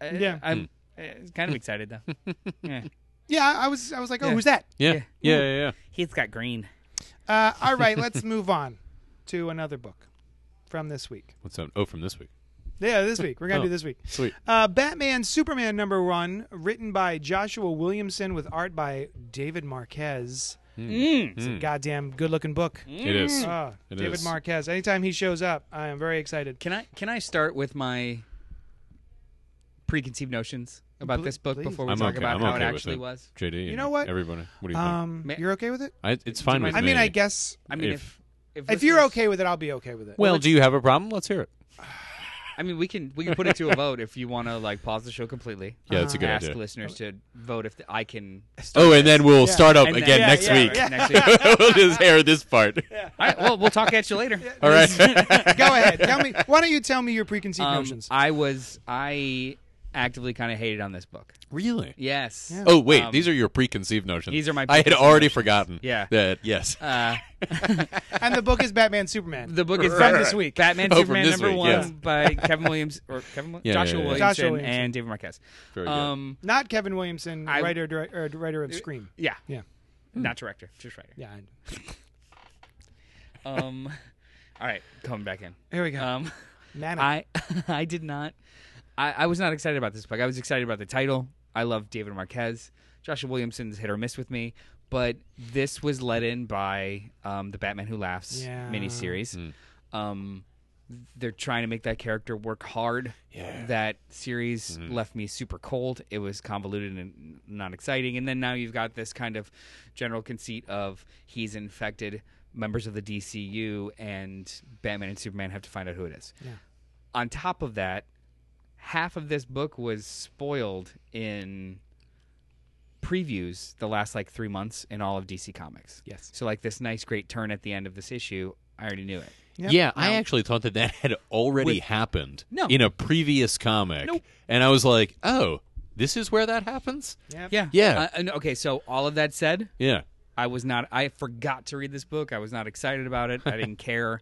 B: I-
A: Yeah.
B: I'm
C: Hmm.
B: uh, kind of excited
C: <laughs>
B: though. yeah.
A: Yeah. I- I was. I was like, oh,
B: Yeah.
A: who's that?
C: Yeah.
B: Yeah.
C: Yeah, yeah, yeah.
B: He's got green.
A: Uh, all right.
C: <laughs>
A: let's move on to another book from this week.
C: What's that? Oh, from this week.
A: Yeah, this week. We're gonna
C: Oh.
A: do this week.
C: Sweet.
A: Uh, Batman Superman number one, written by Joshua Williamson with art by David Marquez.
C: Hmm.
A: It's a goddamn good looking book.
C: It is.
A: Ah,
C: Hmm. It
A: David
C: is.
A: Marquez. Anytime he shows up, I am very excited.
B: Can I can I start with my preconceived notions about
A: Ple-
B: this book
A: please.
B: before we
C: I'm
B: talk
C: okay.
B: about
C: I'm
B: how
C: okay
B: it
C: with
B: actually
C: it.
B: was?
C: JD.
A: You
C: and
A: know what?
C: Everybody. What do you
A: Um,
B: Ma-
A: you're okay with it?
C: think? I, it's fine with
B: mind-
A: I mean,
C: me.
A: I guess
B: I mean, if
C: If-
B: if,
A: if you're
B: listeners-
A: okay with it, I'll be okay with it.
C: Well, do you have a problem? Let's hear it.
B: I mean, we can we can put it to a vote if you want to like pause the show completely.
C: Yeah,
A: Uh,
C: that's a good
B: ask
C: idea.
B: listeners to vote if I can. Start
C: Oh, and
B: this.
C: then we'll
A: Yeah.
C: start up
B: And then-
C: again
B: Yeah,
C: next
A: yeah,
C: week.
B: Right,
C: <laughs>
B: next week.
C: we'll just air
A: <laughs>
C: this part.
B: All right. Well, we'll talk at you later.
C: <laughs>
B: Um,
C: All right.
A: Go ahead. Tell me. Why don't you tell me your preconceived
B: Um,
A: notions?
B: I was I actively kind of hated on this book.
C: Really?
B: Yes.
C: Oh wait,
B: Um,
C: these are your preconceived notions.
B: these are my
C: I had
B: preconceived
C: already forgotten.
B: Yeah. Uh,
C: That yes.
A: And the book is Batman Superman.
B: <laughs> The book is
A: from this week.
B: Batman
C: Oh, from
B: Superman
C: this
B: number
C: week,
B: one
C: yes.
B: by Kevin Williams or Kevin Wi-
C: Yeah, yeah,
B: Joshua
C: yeah, yeah.
B: Williamson,
A: Joshua Williamson.
B: and David Marquez.
C: Very good.
B: um,
A: Not Kevin Williamson,
B: I-
A: writer direct, or writer of Scream.
B: yeah,
A: Yeah,
B: not director, just writer.
A: yeah. I-
B: Um, <laughs> all right, coming back in.
A: Here we go.
B: Um,
A: Nana.
B: I <laughs> I did not. I, I was not excited about this book. I was excited about the title. I love David Marquez. Joshua Williamson's hit or miss with me, but this was led in by um, the Batman Who Laughs
A: Yeah.
B: miniseries. Um, they're trying to make that character work hard.
C: Yeah.
B: That series left me super cold. It was convoluted and not exciting. And then now you've got this kind of general conceit of he's infected members of the DCU, and Batman and Superman have to find out who it is. On top of that, half of this book was spoiled in previews the last like three months in all of DC Comics.
A: Yes.
B: So like this nice great turn at the end of this issue, I already knew it.
C: Yeah, I actually thought that that had already happened
B: No.
C: in a previous comic,
B: Nope.
C: and I was like, "Oh, this is where that happens."
A: Yep.
B: Yeah.
C: Yeah.
B: Uh, and- okay. So all of that said,
C: Yeah,
B: I was not. I forgot to read this book. I was not excited about it. I didn't
C: <laughs>
B: care.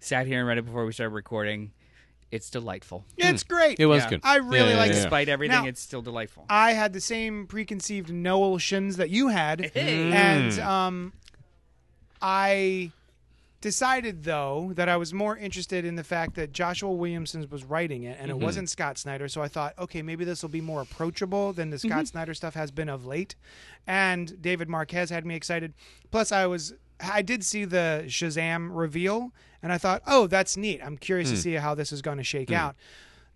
B: Sat here and read it before we started recording. It's delightful.
A: It's great.
C: it was
B: Yeah.
C: good.
A: I really
C: Yeah,
A: like
C: yeah,
A: this
C: yeah.
B: Despite everything,
A: Now-
B: it's still delightful.
A: I had the same preconceived notions that you had, and um, I decided though that I was more interested in the fact that Joshua Williamson was writing it,
C: Mm-hmm.
A: and it wasn't Scott Snyder. So I thought, okay, maybe this will be more approachable than the Scott
C: Mm-hmm.
A: Snyder stuff has been of late. And David Marquez had me excited. Plus, I was. I did see the Shazam reveal, and I thought, "Oh, that's neat. I'm curious
C: Mm.
A: to see how this is going to shake out."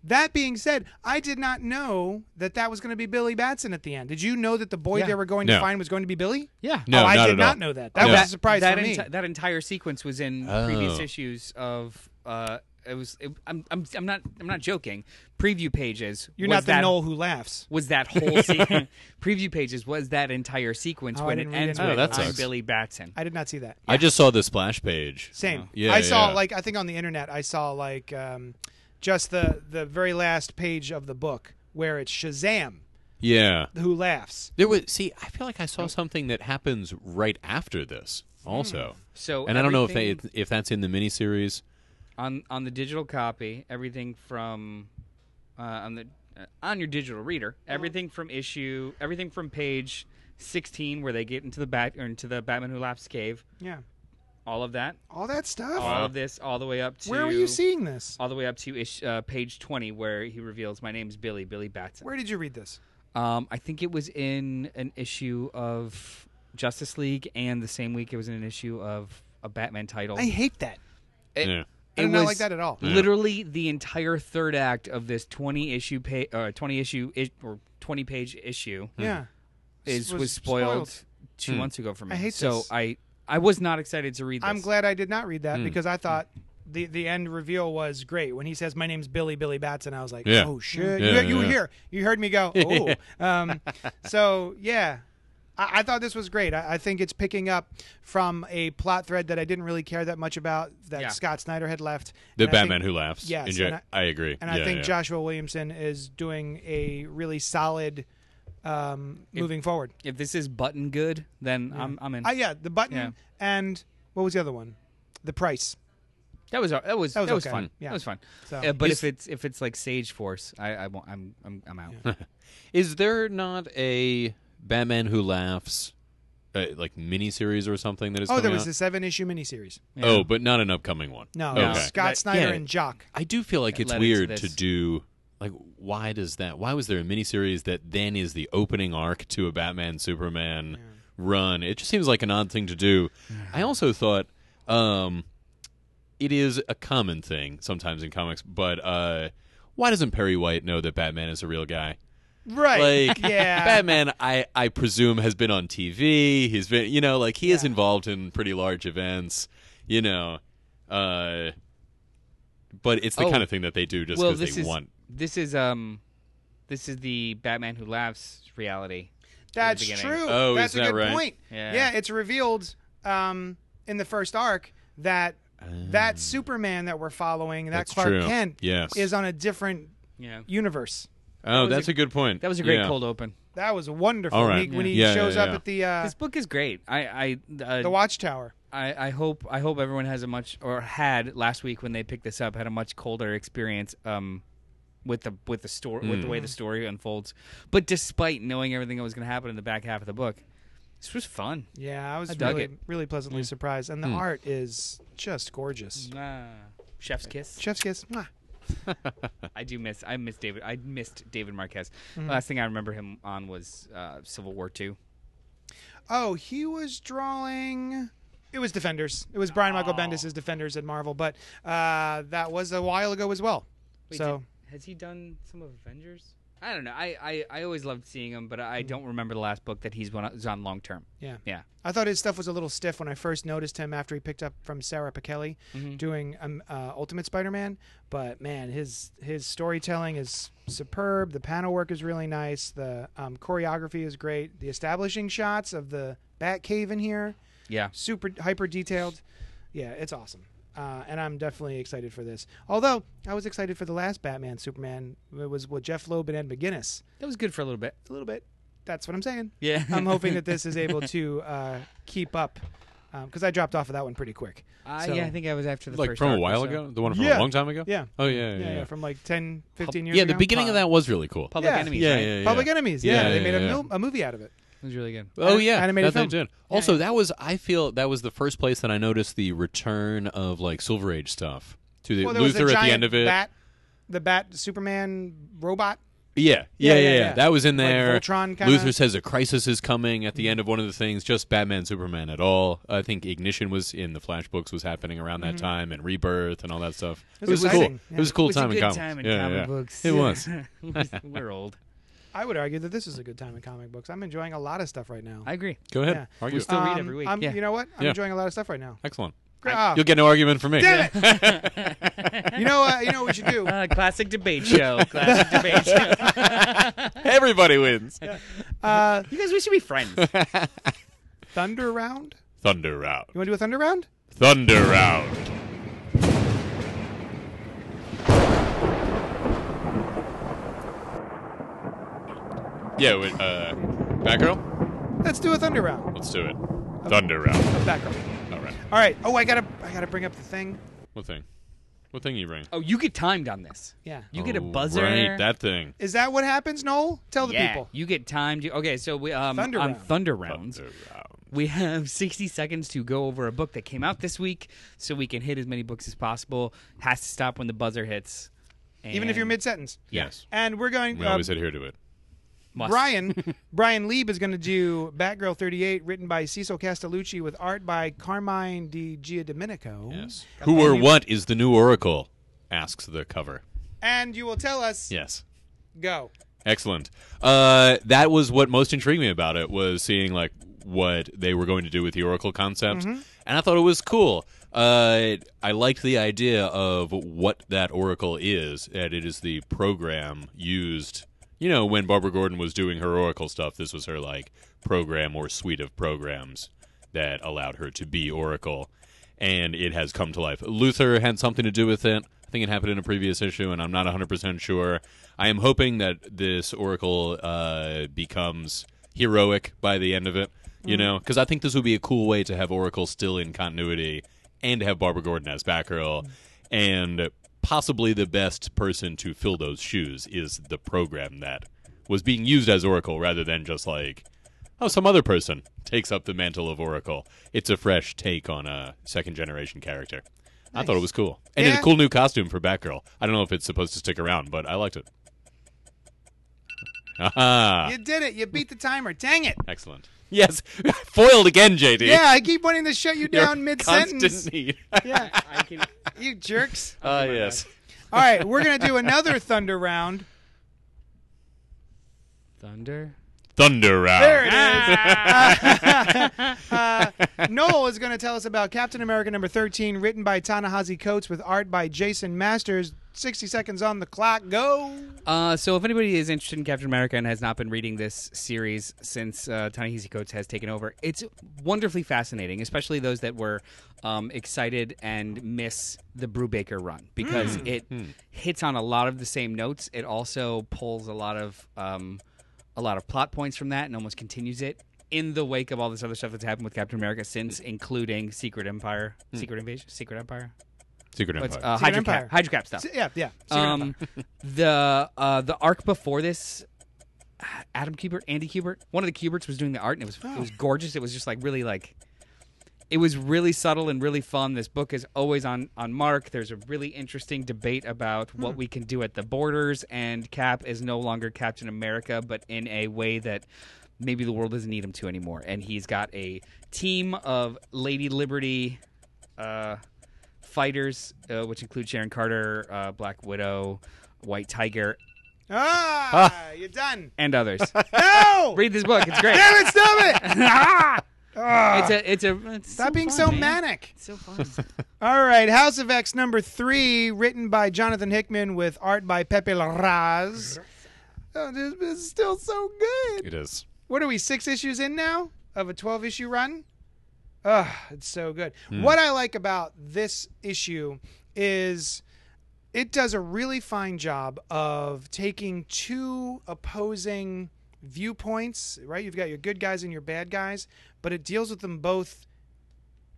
A: That being said, I did not know that that was going to be Billy Batson at the end. Did you know that the boy
B: Yeah.
A: they were going
C: No.
A: to find was going to be Billy?
B: Yeah.
C: No,
A: oh, I
C: not
A: did
C: at
A: not
C: all.
A: know that. That
C: No.
A: was
C: That-
A: a surprise
B: that
A: for me.
B: enti- that entire sequence was in
C: Oh.
B: previous issues of. Uh, it was. It, I'm, I'm. I'm not. I'm not joking. Preview pages.
A: You're
B: was
A: not the
B: that,
A: Noel who laughs.
B: Was that whole
A: <laughs>
B: se- preview pages? Was that entire sequence
A: Oh, I
B: when it
A: didn't read
B: ends
A: any
C: of
B: with
C: that. Oh, that
B: I'm
C: sucks.
B: Billy Batson?
A: I did not see that.
C: I just saw the splash page.
B: Oh.
A: Same.
C: Yeah,
A: I saw
C: yeah.
A: like I think on the internet I saw like um, just the the very last page of the book where it's Shazam
C: Yeah,
A: who laughs.
C: there was. See, I feel like I saw something that happens right after this also.
B: So
C: and I don't know if they
B: everything-
C: if that's in the miniseries.
B: on on the digital copy, everything from uh, on the uh, on your digital reader, everything from issue, everything from page sixteen where they get into the bat or into the Batman Who Laughs cave,
A: Yeah,
B: all of that,
A: all that stuff.
B: all of this, all the way up to
A: where were you seeing this?
B: All the way up to ish, uh, page twenty where he reveals, "My name's Billy, Billy Batson."
A: Where did you read this?
B: Um, I think it was in an issue of Justice League, and the same week it was in an issue of a Batman title.
A: I hate that.
B: It-
C: Yeah.
A: I
B: it
A: did not
B: was
A: like that at all.
B: Literally the entire third act of this twenty issue pa- uh, twenty issue is- or twenty page issue
A: Yeah,
B: is was,
A: Was
B: spoiled,
A: spoiled. Hmm.
B: two months ago for me.
A: I hate
B: so
A: this.
B: I I was not excited to read. This.
A: I'm glad I did not read
C: Hmm.
A: that because I thought. The, the end reveal was great when he says my name's Billy Billy Batson I was like
C: Yeah.
A: oh shit
C: Yeah,
A: you, you
C: yeah.
A: were here you heard me go
C: <laughs>
A: oh um, so yeah I, I thought this was great I, I think it's picking up from a plot thread that I didn't really care that much about that
B: Yeah.
A: Scott Snyder had left
C: The
A: And I think-
C: Batman Who Laughs.
A: Yes,
C: In gen-
A: and I-
C: I, agree.
A: and
C: Yeah,
A: I think
C: yeah.
A: Joshua Williamson is doing a really solid um, moving forward
B: If this is button good, then I'm I'm in.
A: uh, yeah the button
B: Yeah.
A: and what was the other one the price
B: that was that was that was,
A: was okay.
B: fun.
A: Yeah.
B: That was fun.
A: So-
B: Uh, but
C: You
B: if it's if it's like Sage Force, I, I won't, I'm I'm I'm out.
C: Is there not a Batman Who Laughs uh, like miniseries or something that is
A: oh
C: coming
A: there was
C: out?
A: a seven issue miniseries
C: Oh, but not an upcoming one.
A: No,
C: okay.
A: no. Scott
B: That-
A: Snyder
C: yeah.
A: and Jock.
C: I do feel like
B: That
C: it's
B: led
C: weird
B: into
C: to
B: this.
C: do like why does that why was there a miniseries that then is the opening arc to a Batman Superman run? It just seems like an odd thing to do. I also thought um it is a common thing sometimes in comics, but uh why doesn't Perry White know that Batman is a real guy?
A: Right.
C: Like
A: <laughs>
B: <laughs>
A: yeah.
C: Batman, I I presume has been on TV. He's been, you know, like he is
A: Yeah.
C: involved in pretty large events. You know, uh, but it's the
B: Oh.
C: kind of thing that they do <laughs> just
B: well,
C: because
B: this
C: they
B: is
C: want.
B: this is um this is the Batman Who Laughs reality.
A: That's
B: beginning.
A: true.
C: Oh,
A: That's
C: is
A: a
C: that
A: good
C: right?
A: point.
B: Yeah.
A: it's revealed um, in the first arc that that Superman that we're following, that
C: Mm. That's
A: Clark
C: true.
A: Kent,
C: Yes.
A: is on a different
B: Yeah.
A: universe.
C: Oh,
B: was
C: that's a,
B: a-
C: good point.
B: That was a great
C: Yeah.
B: cold open.
A: That was wonderful.
C: All
A: When
C: right.
A: he, when he
C: Yeah. Yeah,
A: shows
C: yeah,
A: up
C: yeah.
A: at the uh,
B: This book is great. I I, uh,
A: the Watchtower.
B: I I hope I hope everyone has a much or had last week when they picked this up had a much colder experience um with the with the story with
C: Mm.
B: the way the story unfolds. But despite knowing everything that was going to happen in the back half of the book, this was fun.
A: Yeah, I was
B: I dug
A: really
B: it.
A: really pleasantly
C: Mm.
A: surprised, and the art is just gorgeous.
B: Mm. Chef's kiss.
A: Chef's kiss. Mwah.
B: I do miss. I miss David. I missed David Marquez. Last thing I remember him on was uh, Civil War Two.
A: Oh, he was drawing. It was Defenders. It was Brian Michael Bendis' Defenders at Marvel, but uh, that was a while ago as well. so
B: has he done some of Avengers? I don't know. I, I, I always loved seeing him, but I don't remember the last book that he's on, is on long term.
A: yeah.
B: Yeah.
A: I thought his stuff was a little stiff when I first noticed him after he picked up from Sarah Pichelli doing um, uh, Ultimate Spider-Man. But man, his his storytelling is superb. The panel work is really nice. The um, choreography is great. The establishing shots of the Batcave in here
B: Yeah.
A: super hyper detailed. Yeah, it's awesome. Uh, and I'm definitely excited for this. Although I was excited for the last Batman Superman. It was with Jeff Loeb and Ed McGuinness.
B: That was good for a little bit.
A: A little bit. That's what I'm saying.
B: Yeah.
A: <laughs> I'm
B: <laughs>
A: hoping that this is
C: <laughs>
A: able to uh, keep up because I dropped off of that one pretty quick.
B: Uh,
A: So-
B: yeah, I think I was after the
C: like
B: first
C: from a
B: arc or
C: while
B: so.
C: ago, the one from
A: Yeah.
C: a long time ago.
A: Yeah.
C: Oh yeah, yeah,
A: Yeah, yeah,
C: yeah.
A: from like 10, 15 years
C: Yeah,
A: ago.
C: the beginning of that was really cool.
B: Public
A: Yeah.
B: Enemies.
C: yeah,
B: right?
C: yeah, yeah.
A: Public Enemies. Yeah,
C: Yeah,
A: they
C: yeah,
A: made a,
C: yeah.
A: mil- a movie out of it.
B: It was really good.
C: Oh
A: Ani-
C: yeah,
A: animated
C: that they
A: film.
C: did. Also, that was I feel that was the first place that I noticed the return of like Silver Age stuff to the
A: Well, there
C: Luther
A: was a
C: at
A: giant
C: the end of it.
A: Bat, the Bat Superman robot.
C: Yeah, yeah, yeah,
A: yeah,
C: yeah,
A: yeah.
C: That was in
A: Like
C: there.
A: Voltron kinda-
C: Luther says a crisis is coming at the end of one of the things. Just Batman, Superman at all. I think Ignition was in the Flash books was happening around that time, and Rebirth and all that stuff. It
A: was
C: was,
A: exciting,
C: cool.
A: yeah.
C: It was a cool
B: It was
C: time
B: a
C: in
B: good
C: comics.
B: time in
C: yeah,
B: comic
C: yeah.
B: books.
C: It was.
B: <laughs> We're old.
A: I would argue that this is a good time in comic books. I'm enjoying a lot of stuff right now.
B: I agree.
C: Go ahead,
A: Yeah.
C: argue. it.
B: still read every week.
A: Um, I'm,
B: Yeah.
A: You know what? I'm
C: Yeah.
A: enjoying a lot of stuff right now.
C: Excellent.
A: Ah,
C: You'll get no argument from me.
A: damn it!
B: <laughs>
A: you know, uh, you know what you do.
B: Uh, classic debate <laughs> show. Classic debate show.
C: <laughs> Everybody wins.
A: Uh,
B: You guys, we should be <laughs> friends.
A: thunder round.
C: Thunder round.
A: You want to do a thunder round?
C: Thunder round. Yeah, wait, uh, back row?
A: Let's do a thunder round.
C: Let's do it. Thunder round.
A: A back row.
C: All right.
A: All right. Oh, I gotta, I gotta bring up the thing.
C: What thing? What thing you bring?
B: oh, you get timed on this.
A: Yeah.
B: You get a
C: Oh,
B: buzzer.
C: Right, that thing.
A: Is that what happens, Noel? Tell the
B: yeah,
A: people.
B: you get timed. You, okay, so we um
A: Thunder
B: on
A: round.
B: thunder rounds,
C: Thunder round.
B: we have <laughs> 60 seconds to go over a book that came out this week, so we can hit as many books as possible. Has to stop when the buzzer hits.
A: Even if you're
B: and
A: mid sentence.
C: Yes.
A: And we're going.
C: We
A: uh,
C: always adhere to it.
B: must.
C: <laughs>
A: Brian Brian Lieb is going to do Batgirl 38, written by Cecil Castellucci with art by Carmine Di Giadomenico.
C: Yes. Who or what is the new oracle? Asks the cover.
A: And you will tell us.
C: Yes.
A: Go.
C: Excellent. Uh, that was what most intrigued me about it was seeing like what they were going to do with the Oracle concept, and I thought it was cool. Uh, I liked the idea of what that Oracle is, that it is the program used. You know, when Barbara Gordon was doing her Oracle stuff, this was her like program or suite of programs that allowed her to be Oracle, and it has come to life. Luther had something to do with it. I think it happened in a previous issue, and I'm not 100% sure. I am hoping that this Oracle uh, becomes heroic by the end of it, you know, because I think this would be a cool way to have Oracle still in continuity and to have Barbara Gordon as Batgirl. And possibly the best person to fill those shoes is the program that was being used as Oracle rather than just like oh, some other person takes up the mantle of Oracle. It's a fresh take on a second generation character. I thought it was cool. And it's
A: Yeah.
C: a cool new costume for Batgirl. I don't know if it's supposed to stick around, but I
A: <laughs>
C: liked it. Aha.
A: You did it. You beat the timer. Dang it.
C: Excellent. Yes. <laughs> Foiled again,
A: <laughs>
C: JD.
A: Yeah, I keep wanting to shut you
C: Your
A: down Oh, mid sentence. <laughs>
C: Constant need.
A: Yeah,
B: I can,
A: you jerks.
C: Ah, yes.
A: All right, we're going to do another thunder round.
B: thunder.
C: Thunder round.
A: There it is. <laughs> Uh, Noel is going to tell us about Captain America number 13, written by Ta-Nehisi Coates with art by Jason Masters, 60 seconds on the clock. Go.
B: Uh, so, if anybody is interested in Captain America and has not been reading this series since uh, Ta-Nehisi Coates has taken over, it's wonderfully fascinating, especially those that were um, excited and miss the Brubaker run because
C: Hmm.
B: it hits on a lot of the same notes. It also pulls a lot of um, a lot of plot points from that and almost continues it in the wake of all this other stuff that's happened with Captain America since, including Secret Empire, Secret Invasion, Secret Empire,
C: Secret
B: What's,
C: Hmm. Empire.
B: uh, Hydra,
A: Empire.
B: Cap, Hydra Cap stuff
A: S- Yeah, yeah.
B: um, <laughs> the uh, the arc before this, uh, Adam Kubert, Andy Kubert, one of the Kuberts was doing the art, and it was it was gorgeous. It was just like really like, it was really subtle and really fun. This book is always on on mark. There's a really interesting debate about what we can do at the borders, and Cap is no longer Captain America, but in a way that. Maybe the world doesn't need him to anymore, and he's got a team of Lady Liberty, uh, fighters, uh, which include Sharon Carter, uh, Black Widow, White Tiger,
A: uh, Ah, you're done.
B: and
A: <laughs>
B: others.
A: No!
B: Read this book; it's
A: <laughs>
B: great.
A: Damn it, stop <laughs> it!
B: It's a, it's a. It's
A: Stop
B: so
A: being
B: fun,
A: so
B: man.
A: manic.
B: It's so fun.
A: <laughs> All right, House of X number three, written by Jonathan Hickman with art by Pepe Larraz. Oh, this this is still so good.
C: it is.
A: What are we, six issues in now of a 12 issue run? Ugh, it's so good. What I like about this issue is it does a really fine job of taking two opposing viewpoints, right? You've got your good guys and your bad guys, but it deals with them both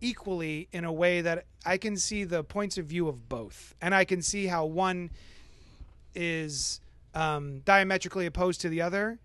A: equally in a way that I can see the points of view of both. And I can see how one is um, diametrically opposed to the other.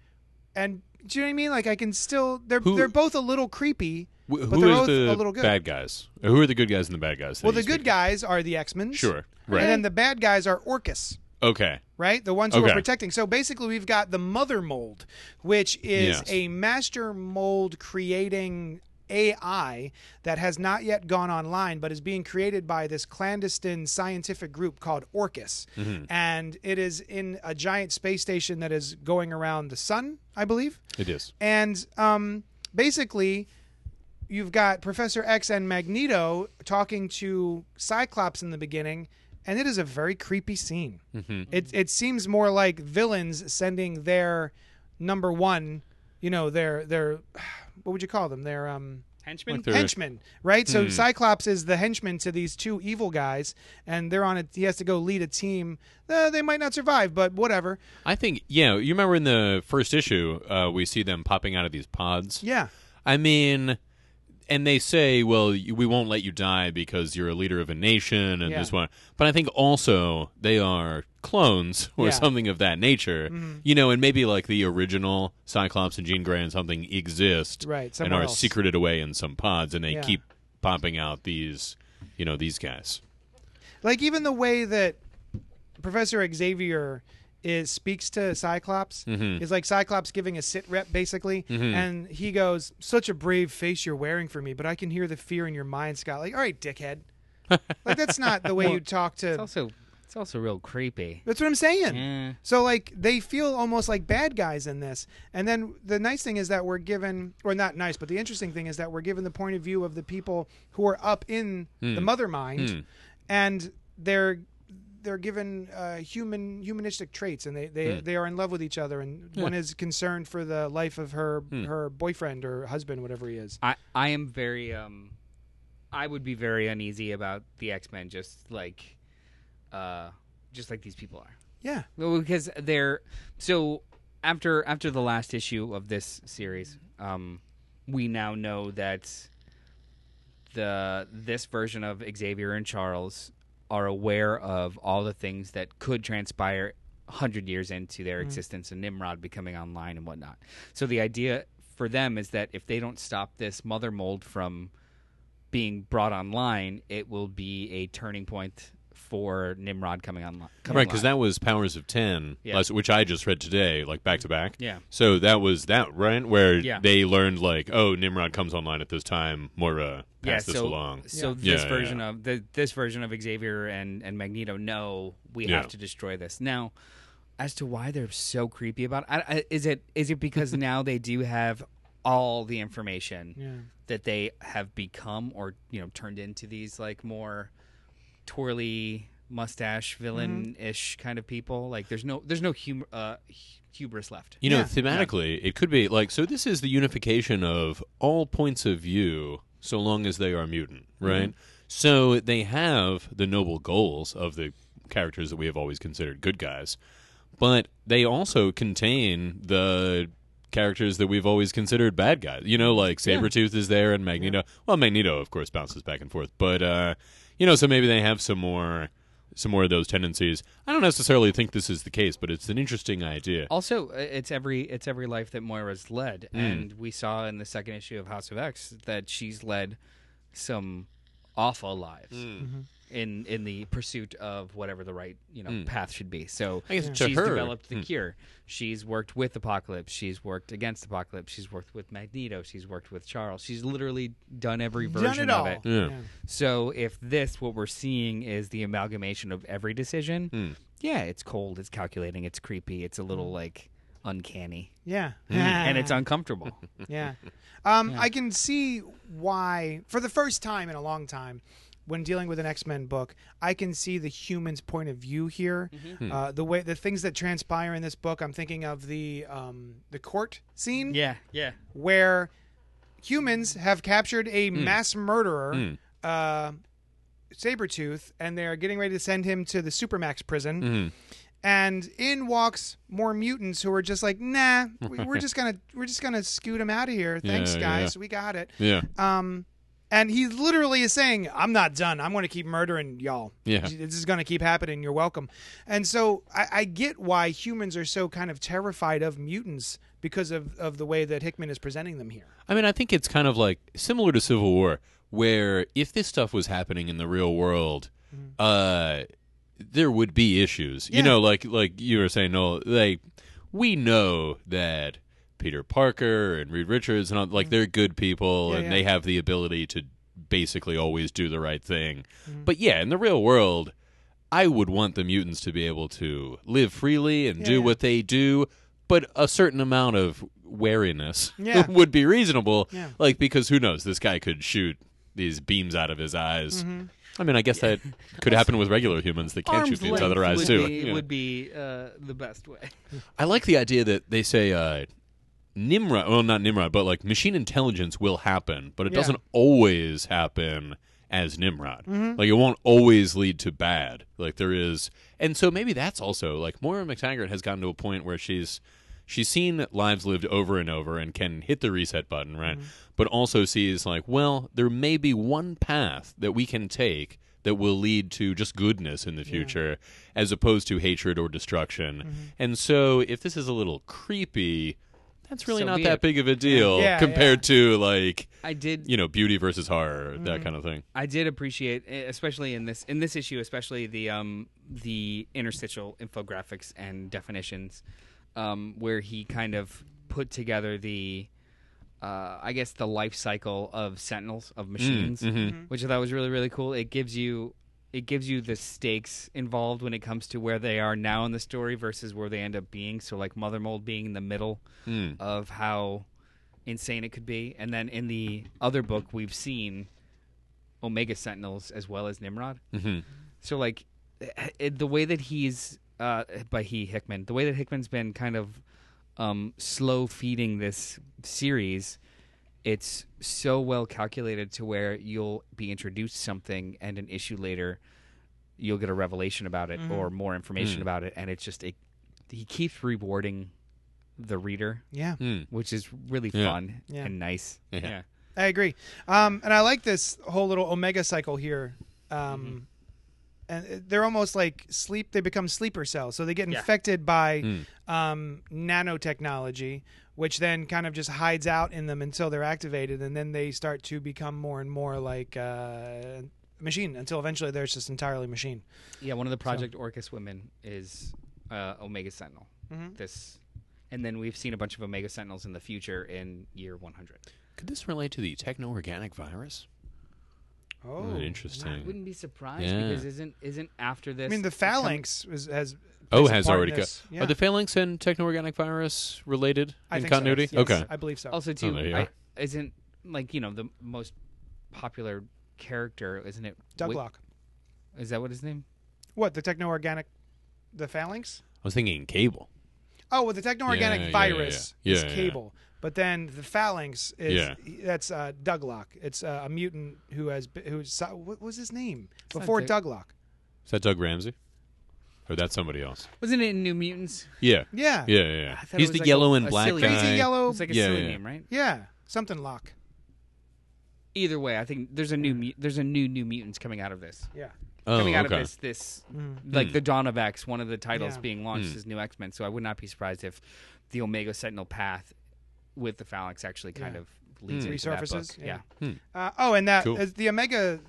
A: And do you know what I mean? Like, I can still, they're,
C: Who-
A: they're both a little creepy, but
C: Wh- who
A: they're
C: is
A: both
C: the
A: a little good.
C: bad guys? Or Who are the good guys and the bad guys? that
A: well,
C: you
A: the good
C: speak
A: guys are the X Men.
C: Sure, right.
A: And then the bad guys are Orcus.
C: of? Okay.
A: right? The ones who are
C: Okay.
A: protecting. So basically, we've got the mother mold, which is
C: Yes.
A: a master mold creating AI that has not yet gone online, but is being created by this clandestine scientific group called Orcus.
C: Mm-hmm.
A: And it is in a giant space station that is going around the sun, I believe.
C: It is.
A: And um, basically, you've got Professor X and Magneto talking to Cyclops in the beginning, and it is a very creepy scene. It it seems more like villains sending their number one, you know, their their <sighs> what would you call them? Their um
B: Henchman.
C: they're-
A: henchmen, right? So Cyclops is the henchman to these two evil guys, and they're on it. He has to go lead a team. Uh, they might not survive, but whatever.
C: I think, yeah, you remember in the first issue, uh, we see them popping out of these pods.
A: Yeah.
C: I mean, and they say, well, y- we won't let you die because you're a leader of a nation and
A: Yeah.
C: this one. But I think also they are clones <laughs> or
A: Yeah. Mm-hmm.
C: something of that nature, you know, and maybe like the original Cyclops and Jean Grey and something exist
A: Right,
C: and
A: somewhere
C: are
A: else.
C: secreted away in some pods and they
A: Yeah.
C: keep popping out these, you know, these guys.
A: like even the way that Professor Xavier is speaks to Cyclops is like Cyclops giving a sit rep basically, and he goes, "Such a brave face you're wearing for me, but I can hear the fear in your mind, Scott." Like, all right, dickhead. like that's not the way you talk to.
B: It's also it's also real creepy.
A: That's what I'm saying.
B: Yeah.
A: So like they feel almost like bad guys in this. And then the nice thing is that we're given or not nice, but the interesting thing is that we're given the point of view of the people who are up in the mother mind and they're they're given uh, human humanistic traits and they they, they are in love with each other and one is concerned for the life of her her boyfriend or husband whatever he is.
B: I I am very um, I would be very uneasy about the X Men, just like, uh, just like these people are.
A: Yeah.
B: Well, because they're so after after the last issue of this series, um, we now know that the this version of Xavier and Charles are aware of all the things that could transpire hundred years into their existence and Nimrod becoming online and whatnot. So the idea for them is that if they don't stop this mother mold from being brought online, it will be a turning point for Nimrod coming online.
C: Right, because that was Powers of Ten,
B: Yeah.
C: last- which I just read today, like back to back.
B: Yeah.
C: So that was that, right? Where
B: Yeah.
C: they learned, like, oh, Nimrod comes online at this time. Moira, pass this
B: so,
C: along.
B: So
C: Yeah.
B: this
C: Yeah,
B: version of the, this version of Xavier and, and Magneto know we
C: Yeah.
B: have to destroy this now. As to why they're so creepy about I, I, is it is it
C: <laughs>
B: because now they do have all the information that they have become or you know turned into these like more twirly mustache
C: Mm-hmm.
B: villain ish kind of people. Like there's no there's no hum- uh, hu- hubris left.
C: You know,
A: Yeah.
C: thematically, it could be like so. This is the unification of all points of view, so long as they are mutant,
A: Mm-hmm.
C: right? So they have the noble goals of the characters that we have always considered good guys, but they also contain the characters that we've always considered bad guys. You know, like Sabretooth is there and Magneto. Well, Magneto, of course, bounces back and forth, but uh, you know, so maybe they have some more. Some more of those tendencies. I don't necessarily think this is the case, but it's an interesting idea.
B: Also, uh, it's every it's every life that Moira's led,
C: Hmm.
B: and we saw in the second issue of House of X that she's led some awful lives
C: Hmm.
A: Mm-hmm.
B: in in the pursuit of whatever the right you know path should be. So
C: Hmm. I guess to
B: she's
C: her- hmm.
B: developed the cure. She's worked with Apocalypse. She's worked against Apocalypse. She's worked with Magneto. She's worked with Charles. She's literally done every version
A: Done it
B: of
A: all.
B: it.
C: Yeah.
B: So if this, what we're seeing is the amalgamation of every decision,
C: Hmm.
B: yeah, it's cold, it's calculating, it's creepy, it's a little like uncanny,
A: Yeah.
B: <laughs> and it's uncomfortable.
A: Yeah. <laughs> Um, I can see why, for the first time in a long time, when dealing with an X Men book, I can see the human's point of view here. Uh, the way the things that transpire in this book, I'm thinking of the um, the court scene
B: <laughs> yeah, yeah.
A: where humans have captured a mass murderer, uh, Sabretooth, and they're getting ready to send him to the Supermax prison.
C: Mm-hmm.
A: And in walks more mutants who are just like, nah, we,
C: <laughs>
A: we're just gonna we're just gonna scoot him out of here. Thanks,
C: Yeah, yeah,
A: guys, we got it.
C: Yeah.
A: Um, and he literally is saying, "I'm not done. I'm going to keep murdering y'all.
C: Yeah.
A: this is going to keep happening. You're welcome." And so I, I get why humans are so kind of terrified of mutants because of of the way that Hickman is presenting them here.
C: I mean, I think it's kind of like similar to Civil War, where if this stuff was happening in the real world, uh, there would be issues.
A: Mm-hmm. Yeah.
C: You know, like like you were saying, no, like we know that Peter Parker and Reed Richards and all, like they're good people
A: Mm-hmm. Yeah,
C: and
A: yeah.
C: they have the ability to basically always do the right thing.
A: Mm-hmm.
C: But yeah, in the real world, I would want the mutants to be able to live freely and
A: Yeah.
C: do what they do, but a certain amount of wariness
A: Yeah.
C: would be reasonable.
A: Yeah.
C: Like because who knows? This guy could shoot these beams out of his eyes. Mm-hmm.
A: Mm-hmm.
C: I mean, I guess that <laughs> could happen with regular humans that can't shoot beams out of their eyes
B: would
C: too.
B: be,
C: you know.
B: would be uh, the best way.
C: I like the idea that they say uh, Nimrod. Well, not Nimrod, but like machine intelligence will happen, but it
A: Yeah.
C: doesn't always happen as Nimrod. Like it won't always lead to bad. Like there is, and so maybe that's also like Moira McTaggart has gotten to a point where she's she's seen lives lived over and over and can hit the reset button, right? But also sees like, well, there may be one path that we can take that will lead to just goodness in the future as opposed to hatred or destruction. And so if this is a little creepy, that's really
B: So
C: not
B: be
C: that
B: it.
C: big of a deal
A: Yeah,
C: compared to like,
B: I did
C: you know, beauty versus horror,
A: Mm-hmm.
C: that kind of thing.
B: I did appreciate, eh, especially in this in this issue, especially the um the interstitial infographics and definitions, um, where he kind of put together the, uh, I guess the life cycle of Sentinels of
C: Mm,
B: machines,
C: Mm-hmm.
B: which I thought was really really cool. It gives you it gives you the stakes involved when it comes to where they are now in the story versus where they end up being. So like Mother Mold being in the middle
C: Mm-hmm.
B: of how insane it could be, and then in the other book we've seen Omega Sentinels as well as Nimrod. Mm-hmm. So like it, the way that he's uh, by he Hickman, the way that Hickman's been kind of um, slow feeding this series, it's so well calculated to where you'll be introduced something and an issue later you'll get a revelation about it or more information about it, and it's just it, he keeps rewarding the reader,
A: Yeah,
C: Mm-hmm.
B: which is really
C: Yeah.
B: fun
A: Yeah.
B: and nice. yeah.
A: I agree. Um, and I like this whole little Omega cycle here. Um, And they're almost like sleep. They become sleeper cells, so they get infected by
C: Hmm.
A: um, nanotechnology, which then kind of just hides out in them until they're activated, and then they start to become more and more like uh, machine until eventually they're just entirely machine.
B: Yeah, one of the Project Orcus women is uh, Omega Sentinel.
A: Mm-hmm.
B: This, and then we've seen a bunch of Omega Sentinels in the future in year 100.
C: Could this relate to the techno organic virus?
A: Oh,
C: Hmm.
B: I
C: Interesting.
B: wouldn't be surprised
C: Yeah.
B: because isn't isn't after this?
A: I mean, the phalanx is, has
C: Oh,
A: plays a
C: has
A: part in
C: already got.
A: this. Yeah.
C: Are the phalanx and techno organic virus related
A: I
C: in
A: think so.
C: continuity?
A: Yes,
C: Okay.
A: I believe so.
B: also
C: Oh,
B: too
C: there you
B: I-
C: are.
B: isn't like you know the most popular character isn't it
A: Doug
B: Wi-
A: Locke.
B: Is that what his name?
A: What the techno organic, the phalanx?
C: I was thinking cable.
A: Oh, well, the techno organic
C: Yeah, yeah,
A: virus
C: yeah.
A: is
C: Yeah, yeah.
A: cable, but then the phalanx is
C: Yeah.
A: that's uh, Douglock. It's uh, a mutant who has b- who's so- what was his name
B: not
A: before
B: Doug-
A: Douglock?
C: Is that Doug Ramsey? Or that's somebody else?
B: Wasn't it in New Mutants?
C: Yeah.
A: Yeah,
C: Yeah, yeah, yeah.
B: I thought it
C: He's
B: was
C: the
B: like
C: yellow
B: a-
C: and
B: a
C: black
B: silly-
C: guy.
B: Crazy
A: Crazy yellow.
B: It's like a
C: Yeah,
B: silly
C: yeah.
B: name, right?
A: yeah, something lock.
B: Either way, I think there's a new mu- there's a new New Mutants coming out of this.
A: Yeah,
C: Oh,
B: Coming out
C: okay. Hmm.
B: of this this like the Dawn of X, one of the titles
A: Mm. Yeah.
B: being launched is new X Men. So I would not be surprised if the Omega Sentinel path with the Phalanx actually kind
A: Yeah.
B: of leads
C: Hmm.
B: into that book.
A: resurfaces.
B: Yeah.
A: Uh, oh, and that
C: Cool.
A: is the Omega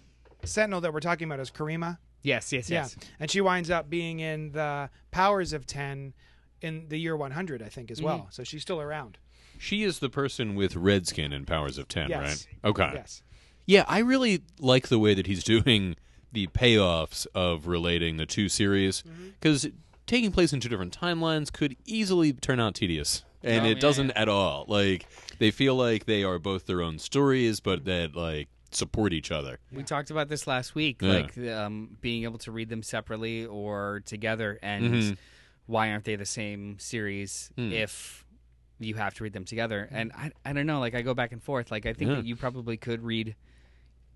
A: Sentinel that we're talking about is Karima.
B: Yes. Yes. Yes.
A: Yeah, and she winds up being in the Powers of Ten in the year 100, I think, as
C: Mm-hmm.
A: well. So she's still around.
C: She is the person with red skin in Powers of Ten,
A: Yes.
C: right? Okay.
A: Yes.
C: Yeah, I really like the way that he's <laughs> doing the payoffs of relating the two series
B: Mm-hmm.
C: because taking place in two different timelines could easily turn out tedious. And
B: Oh,
C: it
B: yeah,
C: doesn't at all. Like they feel like they are both their own stories, but that like support each other.
B: We talked about this last week,
C: Yeah.
B: like um, being able to read them separately or together, and
C: Mm-hmm.
B: why aren't they the same series
C: Hmm.
B: if you have to read them together?
A: Hmm.
B: And I, I don't know, like I go back and forth. Like I think that you probably could read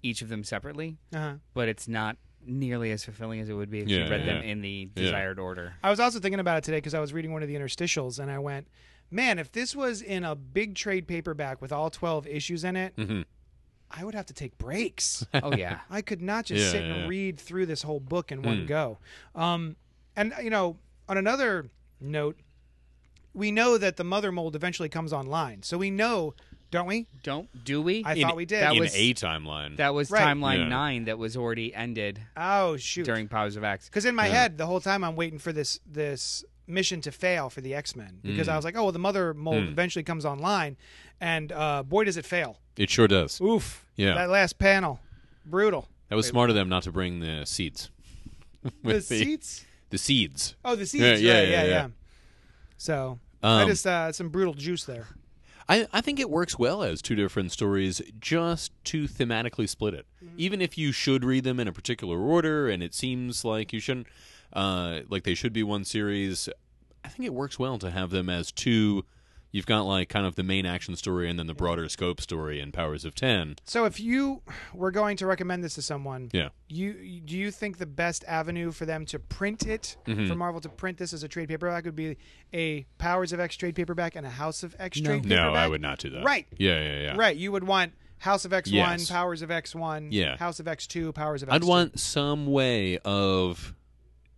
B: each of them separately,
A: Uh-huh.
B: but it's not nearly as fulfilling as it would be if
C: Yeah,
B: you read them
C: yeah.
B: in the
C: Yeah.
B: desired order.
A: I was also thinking about it today because I was reading one of the interstitials and I went, man, if this was in a big trade paperback with all 12 issues in it,
C: Mm-hmm.
A: I would have to take
C: <laughs>
A: breaks.
B: Oh yeah,
A: I could not just
C: Yeah,
A: sit
C: yeah, Hmm.
A: and
C: yeah.
A: read through this whole book in one go. Um, and, you know, on another note, we know that the mother mold eventually comes online. So we know, don't we?
B: don't do we?
A: I thought we did.
B: that
C: in
B: was-
C: a timeline.
B: that was
A: Right.
B: timeline
C: Yeah.
B: nine that was already ended
A: oh, shoot.
B: during Powers of X.
A: Because in my head, the whole time I'm waiting for this this mission to fail for the X Men because I
C: Mm.
A: was like, oh, well, the mother mold eventually comes online, and uh, boy, does it fail!
C: it sure does.
A: Oof!
C: Yeah.
A: that last panel, brutal.
C: That was smart of them not to bring the seeds. <laughs>
A: The,
C: With
A: seats?
C: The seeds.
A: Oh, the seats!
C: Yeah,
A: right,
C: yeah,
A: yeah, yeah,
C: yeah,
A: yeah,
C: yeah.
A: So I
C: Um,
A: just uh, some brutal juice there.
C: I, I think it works well as two different stories just to thematically split it. Even if you should read them in a particular order and it seems like you shouldn't, uh, like they should be one series, I think it works well to have them as two. You've got like kind of the main action story and then the broader scope story in Powers of 10.
A: So if you were going to recommend this to someone,
C: Yeah.
A: you do you think the best avenue for them to print it
C: Mm-hmm.
A: for Marvel to print this as a trade paperback would be a Powers of X trade paperback and a House of X trade paperback?
C: No, I would not do that.
A: Right.
C: Yeah, yeah, yeah.
A: Right. You would want House of X1,
C: Yes.
A: Powers of X1,
C: Yeah.
A: House of X2, Powers of X2.
C: I'd want some way of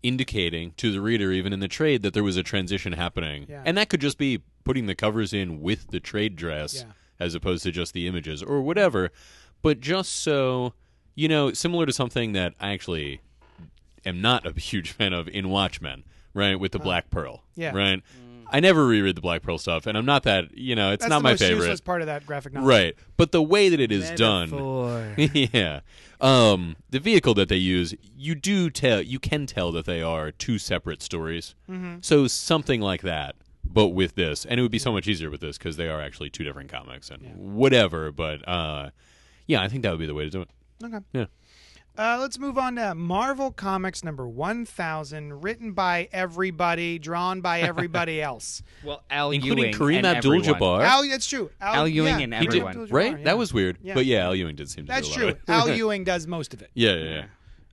C: indicating to the reader, even in the trade, that there was a transition happening.
A: Yeah.
C: And that could just be putting the covers in with the trade dress
A: Yeah.
C: as opposed to just the images or whatever. But just so, you know, similar to something that I actually am not a <laughs> huge fan of in Watchmen, right? With the Black Pearl.
A: Uh-huh. Yeah.
C: Right? I never reread the Black Pearl stuff, and I'm not that, you know, it's
A: That's
C: not
A: the
C: my
A: most
C: favorite.
A: useless part of that graphic novel.
C: Right. But the way that it is done <laughs> yeah. Um, the vehicle that they use, you do tell, you can tell that they are two separate stories. Mm-hmm. So something like that, but with this, and it would be so much easier with this because they are actually two different comics and whatever. But uh, yeah, I think that would be the way to do it.
A: Okay.
C: Yeah.
A: Uh, let's move on to Marvel Comics number 1000, written by everybody, drawn by
C: <laughs>
A: everybody else.
B: Well, Al
C: Including
B: Ewing
C: Kareem
B: and
C: Abdul
B: everyone.
C: Jabbar.
A: Al, that's true.
B: Al
A: yeah,
B: Ewing and
A: Al
B: everyone.
A: Abdul-Jabbar,
C: right?
A: yeah.
C: That was weird.
A: Yeah.
C: But yeah, Al Ewing did seem to
A: That's
C: do a lot
A: true.
C: of it. <laughs>
A: Al Ewing does most of it.
C: yeah, yeah,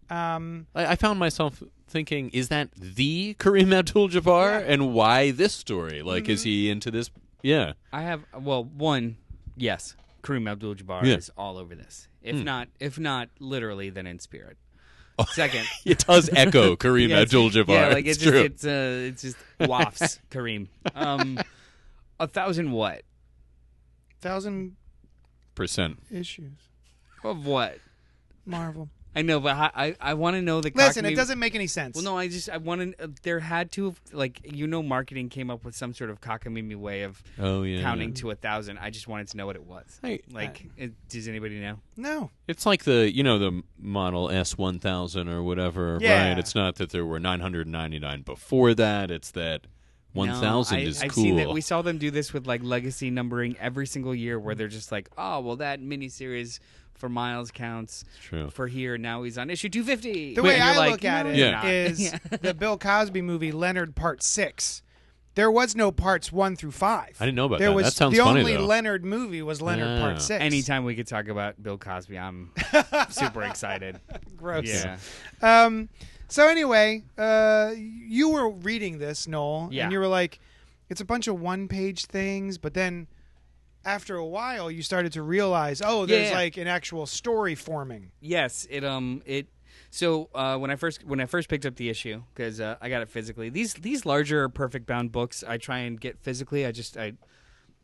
C: yeah.
A: Um,
C: I, I found myself thinking, is that the Kareem Abdul Jabbar? And why this story? Like, is
A: Mm-hmm.
C: he into this? Yeah.
B: I have well, one, yes, Kareem Abdul-Jabbar
C: Yeah. Hmm.
B: is all over this. If not, if not literally, then in spirit.
C: <laughs>
B: Second,
C: It does
B: <laughs>
C: echo Kareem
B: Yes.
C: Oh. Abdul-Jabbar.
B: Yeah, like
C: it's
B: just
C: true.
B: it's uh, it's just
C: <laughs>
B: wafts, Kareem. Um, a thousand what
A: thousand
C: percent.
A: issues.
B: of what?
A: Marvel.
B: I know, but I I, I want to know the.
A: Listen,
B: Cockney-
A: it doesn't make any sense.
B: Well, no, I just I want to. Uh, there had to have like you know, marketing came up with some sort of cockamamie way of
C: Oh yeah,
B: counting to a thousand. I just wanted to know what it was. Like, it, does anybody know?
A: No.
C: uh, it's like the you know the Model S one thousand or whatever,
A: Yeah.
C: right? It's not that there were nine hundred ninety nine before that. It's that One
B: No,
C: thousand
B: I-
C: is
B: I've
C: cool.
B: seen that we saw them do this with like legacy numbering every single year, where they're just like, oh, well, that miniseries for Miles counts
C: true.
B: for here. Now he's on issue 250.
A: The way
B: And you're
A: I
B: like,
A: look at
B: "No,
A: it
B: you're
C: Yeah.
B: not." <laughs>
A: is the Bill Cosby movie Leonard Part Six. There was no parts one through five.
C: I didn't know about
A: there
C: that.
A: Was,
C: That sounds
A: the
C: funny,
A: only
C: though. Ah.
A: Leonard movie was Leonard
C: Yeah.
A: Part Six.
B: Anytime we could talk about Bill Cosby, I'm
A: <laughs>
B: super excited.
A: gross.
B: Yeah.
A: Um, so anyway, uh, you were reading this, Noel,
B: Yeah.
A: and you were like, "It's a bunch of one-page things," but then after a while, you started to realize, "Oh, there's
B: Yeah.
A: like an actual story forming."
B: Yes, it um it so uh, when I first when I first picked up the issue because uh, I got it physically. These these larger perfect bound books I try and get physically. I just I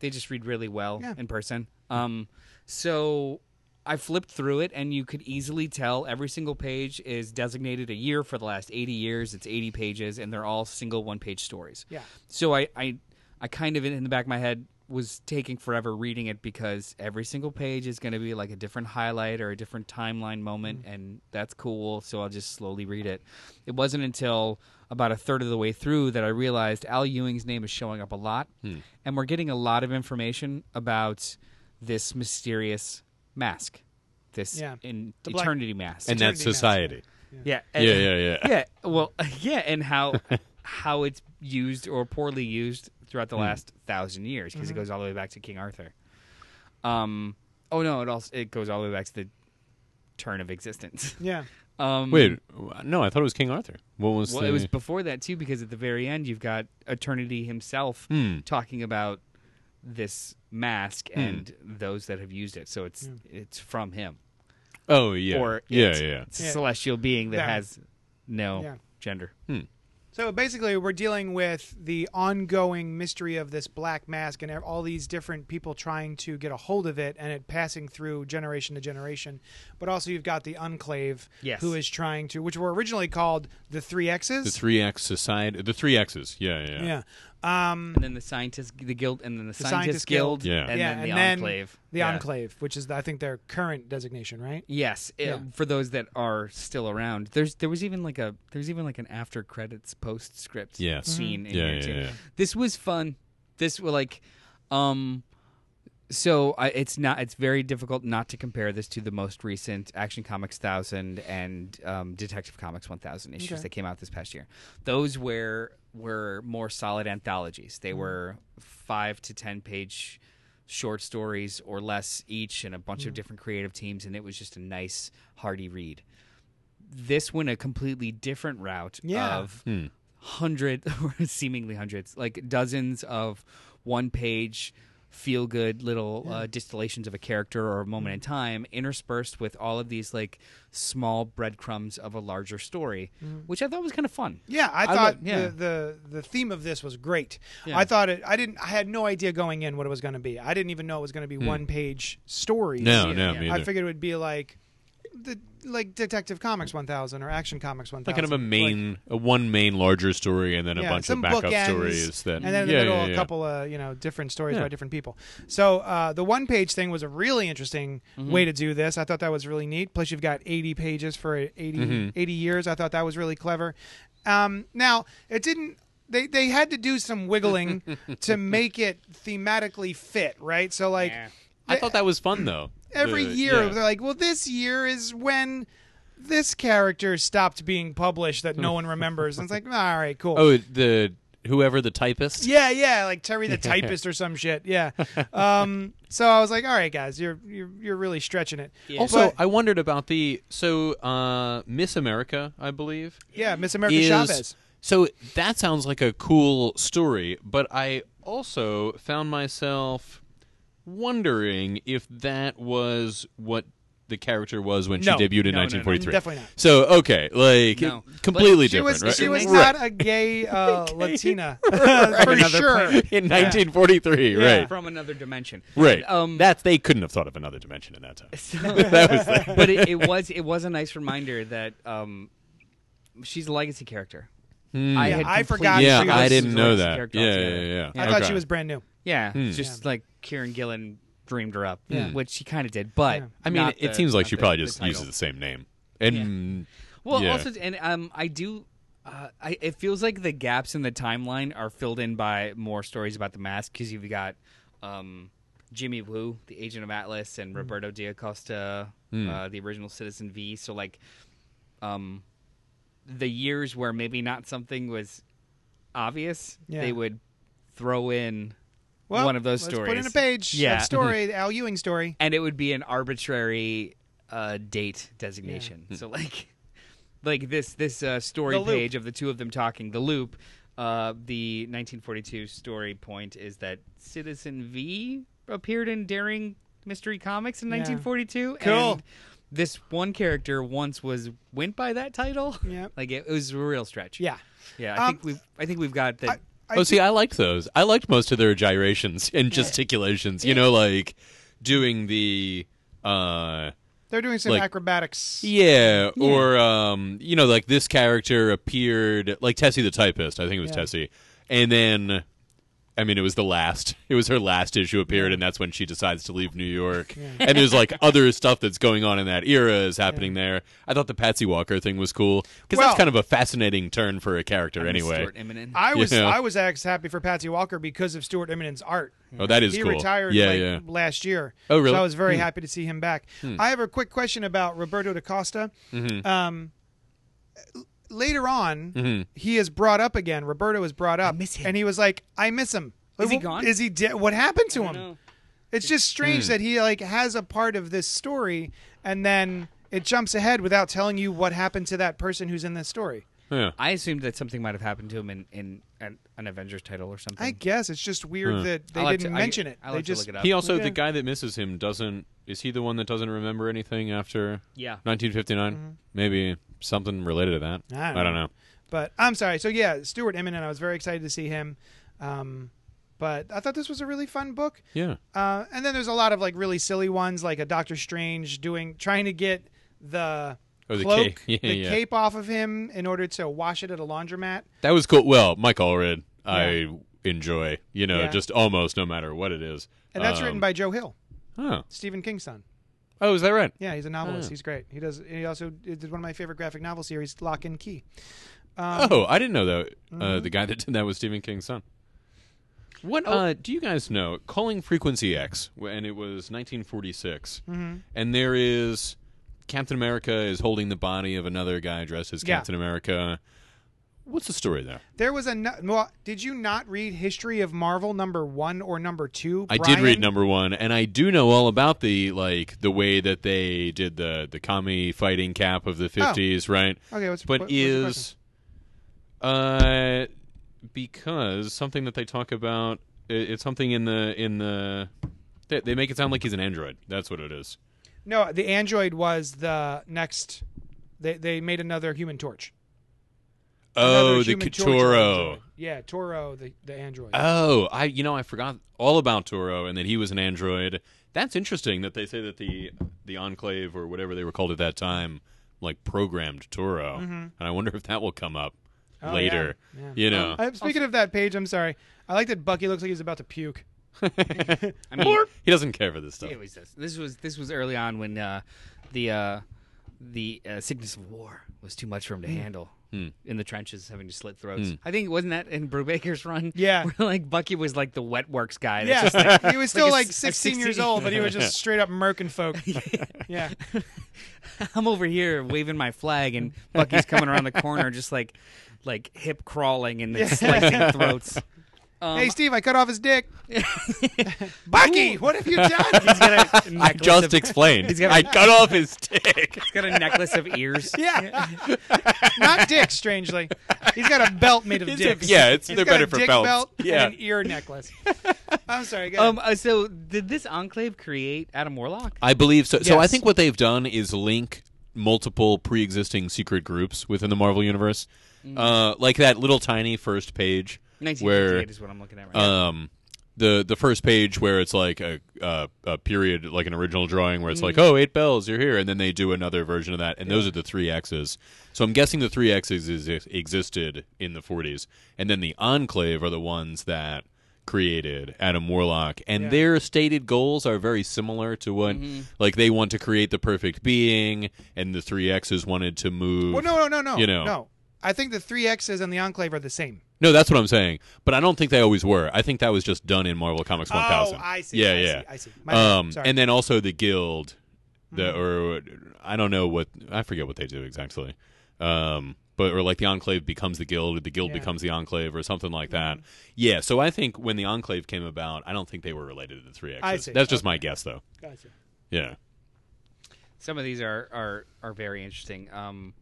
B: they just read really well
A: Yeah.
B: in person. Um, so I flipped through it and you could easily tell every single page is designated a year for the last eighty years. It's eighty pages and they're all single one page stories.
A: Yeah.
B: So I, I, I kind of in the back of my head was taking forever reading it because every single page is going to be like a different highlight or a different timeline moment, and that's cool. So I'll just slowly read it. It wasn't until about a third of the way through that I realized Al Ewing's name is showing up a lot, and we're getting a lot of information about this mysterious mask, this
A: Yeah.
B: in
A: The black-
B: eternity mask,
C: And that
A: Eternity Mask.
C: society.
B: yeah,
C: Yeah, yeah, yeah.
B: yeah well <laughs> yeah and how how it's used or poorly used throughout
C: Hmm.
B: the last thousand years
C: Mm-hmm.
B: because it goes all the way back to king arthur um oh no it also it goes all the way back to the turn of existence <laughs>
A: Yeah,
B: um
C: Wait, w- no, I thought it was King Arthur. What was
B: well
C: the?
B: it was before that too because at the very end you've got eternity himself
C: Hmm.
B: talking about this mask and those that have used it so it's it's from him
C: oh yeah,
B: or
C: yeah,
B: it's,
C: yeah.
B: it's a
A: Yeah.
B: celestial being that
A: Yeah.
B: has no
A: Yeah.
B: gender
A: So basically, we're dealing with the ongoing mystery of this black mask and all these different people trying to get a hold of it and it passing through generation to generation. But also, you've got the Enclave,
B: Yes.
A: who is trying to, which were originally called the Three X's.
C: The three X society. The three X's. Yeah, yeah.
A: yeah. Um,
B: and then the scientist, the guild, and then the, scientist,
A: Scientist
B: guild,
A: Guild.
C: Yeah.
B: and
A: yeah,
B: then the
A: and then
B: enclave,
A: The
B: Yeah.
A: Enclave, which is, I think, their current designation, right?
B: Yes, it-
A: Yeah.
B: for those that are still around, there's there was even like a there's even like an after credits postscript
C: Yes. Mm-hmm.
B: scene in
C: Yeah,
B: here
C: yeah,
B: too.
C: yeah.
B: This was fun. This was like, um, so I, it's not it's very difficult not to compare this to the most recent Action Comics thousand and um, Detective Comics one thousand issues
A: Okay.
B: that came out this past year. Those were were more solid anthologies. They were five to ten page short stories or less each, and a bunch of different creative teams, and it was just a nice hearty read. This went a completely different route
A: Yeah.
B: of
C: Hmm.
B: hundred <laughs> or seemingly hundreds, like dozens of one page feel good little uh, distillations of a character or a moment in
A: Mm-hmm.
B: time interspersed with all of these like small breadcrumbs of a larger story which i thought was kind of fun
A: Mm-hmm. Yeah, I
B: lo-
A: thought
B: yeah.
A: the, the the theme of this was great.
B: Yeah.
A: I thought it. I didn't. I had no idea going in what it was going to be. I didn't even know it was going to be one page stories.
C: Hmm. No, no, me
A: I
C: either.
A: figured it would be like the like Detective Comics 1000 or Action Comics 1000.
C: Like kind of
A: Like,
C: a main, a one main larger story, and then
A: yeah,
C: a bunch
A: some
C: of backup
A: bookends,
C: stories. That
A: and then in the
C: yeah,
A: middle
C: yeah,
A: a
C: yeah.
A: couple of you know different stories
C: Yeah.
A: by different people. So uh, the one page thing was a really interesting way to do this. I thought that was really neat. Plus you've got 80 pages for 80
C: Mm-hmm.
A: 80 years. I thought that was really clever. Um, now it didn't. They, they had to do some wiggling
C: <laughs>
A: to make it thematically fit, right? So like
C: I thought that was fun though.
A: every
C: The-
A: year
C: yeah.
A: they're like, well, this year is when this character stopped being published that no one remembers. And it's like, all right, cool.
C: oh, the whoever the typist.
A: Yeah, yeah, like Terry the typist or some shit. Yeah. Um, so I was like, all right, guys, you're you're, you're really stretching it.
C: Also,
A: But-
C: I wondered about the so uh, Miss America, I believe.
A: yeah, Miss America Chavez.
C: So that sounds like a cool story, but I also found myself wondering if that was what the character was when
A: No.
C: she debuted in
B: No, no, no.
C: 1943.
A: Definitely not.
C: So okay, like
B: No.
C: <laughs> completely
A: She
C: different.
A: was
C: right?
A: she was
C: Right.
A: not a gay uh, Latina <laughs> for
B: Another
A: sure.
C: <laughs>
B: planet.
C: in 1943,
A: Yeah.
B: <laughs>
C: right?
B: from another dimension <laughs>
C: Right.
B: um
C: that they couldn't have thought of another dimension in that time. <laughs> that was the,
B: <laughs> but it, it was it was a nice reminder that um, she's a legacy character. I,
A: Yeah,
B: had
A: I
B: completely
A: forgot she
C: Hmm. yeah,
A: was-
C: I
A: was
C: didn't
B: a
C: know
B: legacy
C: that.
B: character
C: Yeah, yeah,
B: altogether.
C: yeah.
A: I thought
C: Okay.
A: she was brand new.
B: Yeah,
C: Hmm.
B: just like Kieran Gillen dreamed her up, which she kind of did. But
C: I mean,
B: not
C: it
B: the-
C: seems like
B: not
C: she
B: the-
C: probably
B: the
C: just
B: title.
C: uses the same name. And
B: Well,
C: yeah.
B: also, and um, I do Uh, I, it feels like the gaps in the timeline are filled in by more stories about the mask because you've got um, Jimmy Woo, the agent of Atlas,
A: Hmm.
B: and Roberto D'Acosta,
C: Hmm.
B: uh, the original Citizen V. So like, um, the years where maybe not something was obvious,
A: Yeah.
B: they would throw in
A: Well,
B: one of those
A: let's
B: stories.
A: Put in a page.
B: Yeah.
A: That story, the Al Ewing story.
B: and it would be an arbitrary uh, date designation. So like, like this this uh, story
A: The loop.
B: page of the two of them talking, the loop. Uh, the 1942 story point is that Citizen V appeared in Daring Mystery Comics in
A: Yeah.
B: 1942.
A: Cool.
B: And this one character once was went by that title.
A: <laughs> Yeah.
B: like it, it was a real stretch.
A: Yeah.
B: yeah. I
A: Um,
B: think we've I think we've got that.
A: I
C: oh, see, I liked those. I liked most of their gyrations and gesticulations. You know, like doing the. uh
A: They're doing some
C: Like-
A: acrobatics.
C: Yeah, or um, you know, like this character appeared, like Tessie the typist. I think it was
A: Yeah.
C: Tessie, and then, I mean, it was the last. <laughs> It was her last issue appeared, and that's when she decides to leave New York. And
A: <laughs>
C: there's like other stuff that's going on in that era is happening there. I thought the Patsy Walker thing was cool because
A: Well-
C: that's kind of a fascinating turn for a character, anyway.
B: Stuart Eminem.
A: I was
C: <laughs> Yeah.
A: I was ex- happy for Patsy Walker because of Stuart Eminen's art.
C: Oh, that is
A: he
C: cool.
A: retired
C: Yeah,
A: like,
C: yeah.
A: last year.
C: Oh, really? Hmm.
A: So I was very happy to see him back. I have a quick question about Roberto da Costa.
C: Mm-hmm.
A: Um, l- later on, he is brought up again. Roberto is brought up,
B: miss him.
A: and he was like, "I miss him."
B: Is he
A: Wh-
B: gone?
A: Is he dead? What happened to him?
B: know.
A: It's just strange
C: Hmm.
A: that he like has a part of this story, and then it jumps ahead without telling you what happened to that person who's in this story.
C: Yeah.
B: I assumed that something might have happened to him in, in an, an Avengers title or something.
A: I guess it's just weird that they
B: I'll have
A: didn't
B: to- I-
A: mention it.
B: I'll
A: they
B: have to
A: just
B: look it up.
C: He also
A: Yeah.
C: the guy that misses him doesn't. Is he the one that doesn't remember anything after?
B: Yeah.
C: 1959. Maybe something related to that.
A: Mm-hmm. I don't know.
C: know.
A: But I'm sorry. So yeah, Stuart Eminem. I was very excited to see him. Um, but I thought this was a really fun book.
C: Yeah.
A: Uh, and then there's a lot of like really silly ones, like a Doctor Strange doing trying to get the
C: Oh, the
A: cloak,
C: cape. <laughs> Yeah,
A: the
C: yeah.
A: cape off of him in order to wash it at a laundromat.
C: That was cool. Well, Mike Allred, I enjoy. You know,
A: Yeah.
C: just almost no matter what it is.
A: And that's written
C: Um,
A: by Joe Hill,
C: Oh,
A: Stephen King's son.
C: oh, is that right?
A: Yeah, he's a novelist.
C: Oh.
A: He's great. He does. He also did one of my favorite graphic novel series, Lock and Key.
C: oh, I didn't know that. Uh,
A: Mm-hmm.
C: the guy that did that was Stephen King's son. What
A: Oh.
C: uh, do you guys know? Calling Frequency X, wh- and it was 1946,
A: Mm-hmm.
C: and there is Captain America is holding the body of another guy dressed as
A: Yeah.
C: Captain America. What's the story there?
A: There was a no- well. Did you not read History of Marvel number one or number two?
C: I did read
A: Brian?
C: number one, and I do know all about the like the way that they did the the commie fighting cap
A: Oh.
C: of the fifties, right?
A: Okay, what's-
C: but
A: what- what's the
C: is uh because something that they talk about i it's something in the in the they, they make it sound like he's an android. That's what it is.
A: No, the android was the next. They they made another Human Torch. Another
C: Oh, the
A: Human Torch
C: Toro.
A: android. Yeah, Toro, the the android.
C: Oh, I you know I forgot all about Toro and that he was an android. That's interesting that they say that the the enclave or whatever they were called at that time like programmed Toro. And I wonder if that will come up
A: Mm-hmm. Oh,
C: later.
A: yeah, yeah.
C: You know.
A: Uh, speaking of that page, I'm sorry. I like that Bucky looks like he's about to
C: <laughs>
A: puke. <laughs>
B: I mean,
C: he doesn't care for this stuff.
B: it was this. This was this was early on when uh, the uh, the uh, sickness of war was too much for him to handle in the trenches, having to slit throats. I think wasn't that in Brubaker's run?
A: Yeah.
B: <laughs> where, like Bucky was like the wet works guy.
A: Yeah,
B: that's
A: <laughs>
B: just like,
C: <laughs>
A: he was still
B: a
A: like,
B: s- a
A: 16 years
B: 16
A: old, but he was just straight up murking folk. yeah,
B: I'm over here waving my flag, and Bucky's coming around the corner, <laughs> just like like hip crawling and then slicing throats. Um,
A: hey Steve, I cut off his dick. Bucky, what have you done?
B: <laughs> he's got a
C: I
B: necklace
C: just
B: of-
C: explained.
B: He's got a-
C: I cut off his dick.
B: he's <laughs> got a necklace of ears.
C: <laughs>
A: yeah, not dick. Strangely, he's got a belt made of dicks.
C: yeah, it's
A: He's
C: they're
A: got
C: better
A: a
C: for
A: dick
C: belts.
A: belt
C: yeah.
A: and an ear
C: <laughs>
A: necklace. I'm sorry, go
B: Um.
A: ahead.
B: uh, So, did this enclave create Adam Warlock?
C: I believe so. So I
A: Yes.
C: think what they've done is link multiple pre-existing secret groups within the Marvel universe, uh, like that little tiny first page where
B: 1958 is what I'm looking at right now.
C: um, the the first page where it's like a uh, a period, like an original drawing where it's like,
A: Mm.
C: oh, eight bells, you're here, and then they do another version of that, and those are the three X's. So I'm guessing the three X's is, existed in the 40s, and then the Enclave are the ones that created Adam Warlock, and their stated goals are very similar to what,
A: Mm-hmm.
C: like they want to create the perfect being, and the three X's wanted to move.
A: Well, no, no, no, no.
C: you know.
A: no. I think the three X's and the Enclave are the same.
C: No, that's what I'm saying. But I don't think they always were. I think that was just done in Marvel Comics
A: Oh,
C: 1000.
A: I see,
C: Yeah,
A: I see,
C: yeah.
A: I see. My bad.
C: Um,
A: Sorry. Mm-hmm.
C: And then also the guild, the or I don't know what I forget what they do exactly. Um, but or like the Enclave becomes the guild, or the guild
A: Yeah. Mm-hmm.
C: becomes the Enclave, or something like that. Yeah. So I think when the Enclave came about, I don't think they were related to the three X's.
A: I see.
C: That's just my guess, though.
A: Gotcha.
C: Yeah.
B: Some of these are are, are very interesting. Um,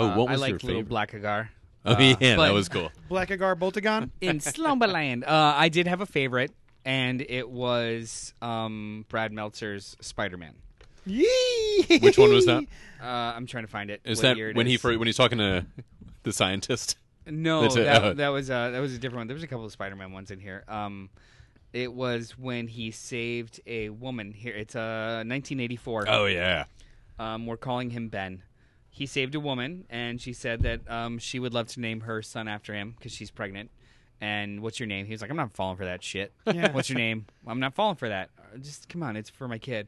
C: Oh,
B: uh,
C: what was
B: I like
C: your
B: Little
C: favorite?
B: Black Agar.
C: oh
B: Uh,
C: <laughs> yeah, that
B: but-
C: was cool.
A: Blackagar Boltagon.
B: <laughs> in Slumberland. Uh, I did have a favorite, and it was um, Brad Meltzer's Spider Man.
A: <laughs> Yee!
C: Which one
B: <laughs>
C: was that?
B: Uh, I'm trying to find it.
C: Is
B: what
C: that
B: year it
C: when he
B: is.
C: fir- when he's talking to <laughs> the scientist?
B: No,
C: That's it,
B: that,
C: uh,
B: that was uh, that was a different one. There was a couple of Spider Man ones in here. Um, it was when he saved a woman. Here, it's uh, 1984.
C: Oh yeah.
B: Um, we're calling him Ben. He saved a woman, and she said that um, she would love to name her son after him because she's pregnant. And what's your name? He was like, I'm not falling for that shit.
A: <laughs> Yeah.
B: What's your name? I'm not falling for that. Uh, Just come on, it's for my kid.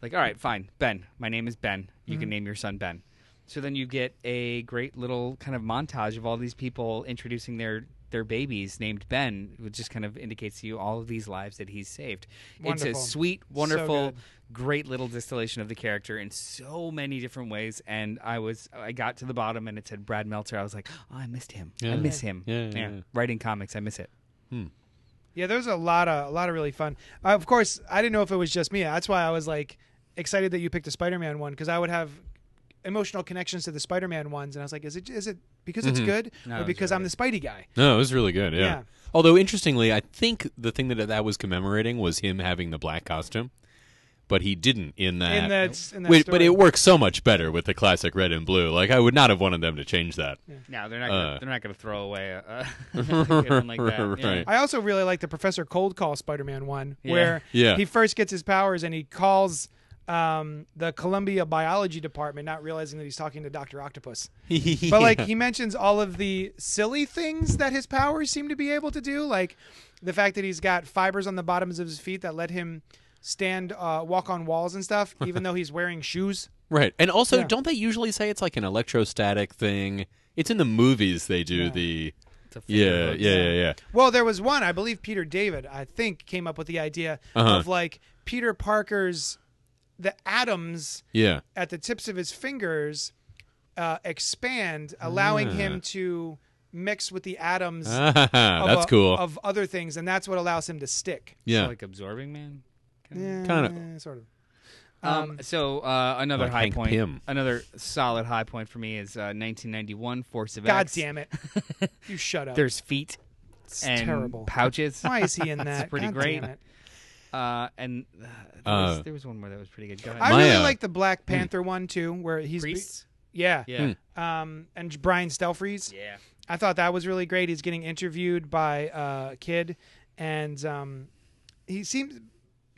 B: Like, all right, fine, Ben. My name is Ben. You
A: Mm-hmm.
B: can name your son Ben. So then you get a great little kind of montage of all these people introducing their their babies named Ben, which just kind of indicates to you all of these lives that he's saved.
A: Wonderful.
B: It's a sweet, wonderful,
A: good.
B: great little distillation of the character in so many different ways. And I was, I got to the bottom and it said Brad Meltzer. I was like, oh, I missed him. I
C: Yeah.
B: miss him.
C: Yeah, yeah, yeah.
B: Writing comics, I miss it.
A: Yeah, there's a lot of a lot of really fun. Uh, of course, I didn't know if it was just me. That's why I was like excited that you picked a Spider-Man one because I would have emotional connections to the Spider-Man ones, and I was like, is it is it because Mm-hmm. it's good
B: No, it
A: or
B: was
A: because I'm the Spidey guy?
C: No, it was really good. Yeah.
A: Yeah.
C: Although interestingly, I think the thing that that was commemorating was him having the black costume, but he didn't in that.
A: In that, in that
C: Wait,
A: story.
C: but it works so much better with the classic red and blue. Like I would not have wanted them to change that.
B: No, they're not. Gonna,
C: Uh.
B: they're not going to throw away a, a <laughs>
C: <laughs>
B: good one like that. Yeah.
C: Right.
A: I also really like the Professor Cold Call Spider-Man one, where
C: Yeah.
A: he first gets his powers and he calls um, the Columbia Biology Department, not realizing that he's talking to Doctor Octopus. But like he mentions all of the silly things that his powers seem to be able to do, like the fact that he's got fibers on the bottoms of his feet that let him stand, uh, walk on walls and stuff, even though he's wearing shoes.
C: Right. And also,
A: Yeah.
C: don't they usually say it's like an electrostatic thing? It's in the movies they do the.
B: It's a fake
C: Yeah,
B: hoax.
C: yeah, yeah, yeah.
A: Well, there was one, I believe Peter David, I think, came up with the idea of like Peter Parker's the atoms
C: Yeah.
A: at the tips of his fingers uh, expand, allowing him to mix with the atoms of,
C: Ah, <laughs> That's
A: a-
C: cool.
A: of other things, and that's what allows him to stick.
C: yeah.
B: Like absorbing man.
C: Kinda-
A: Eh, sort of.
B: Um, so uh, another
C: Like
B: high
C: Hank
B: point,
C: Pym.
B: another solid high point for me is uh, 1991 Force of
A: God
B: X.
A: damn it! You shut up.
B: There's feet
A: it's
B: and
A: terrible.
B: pouches.
A: <laughs> Why is he in that?
B: pretty
A: God
B: great.
A: damn it.
B: Uh, and uh, there,
C: Uh,
B: was, there was one more that was pretty good. Go ahead.
A: I
C: My,
A: really
C: uh,
A: like the Black Panther one too, where he's be-
B: Priests?
A: yeah,
C: Hmm.
B: Yeah.
A: Um, and Brian Stelfreeze.
B: Yeah.
A: I thought that was really great. He's getting interviewed by uh, Kid, and um, he seems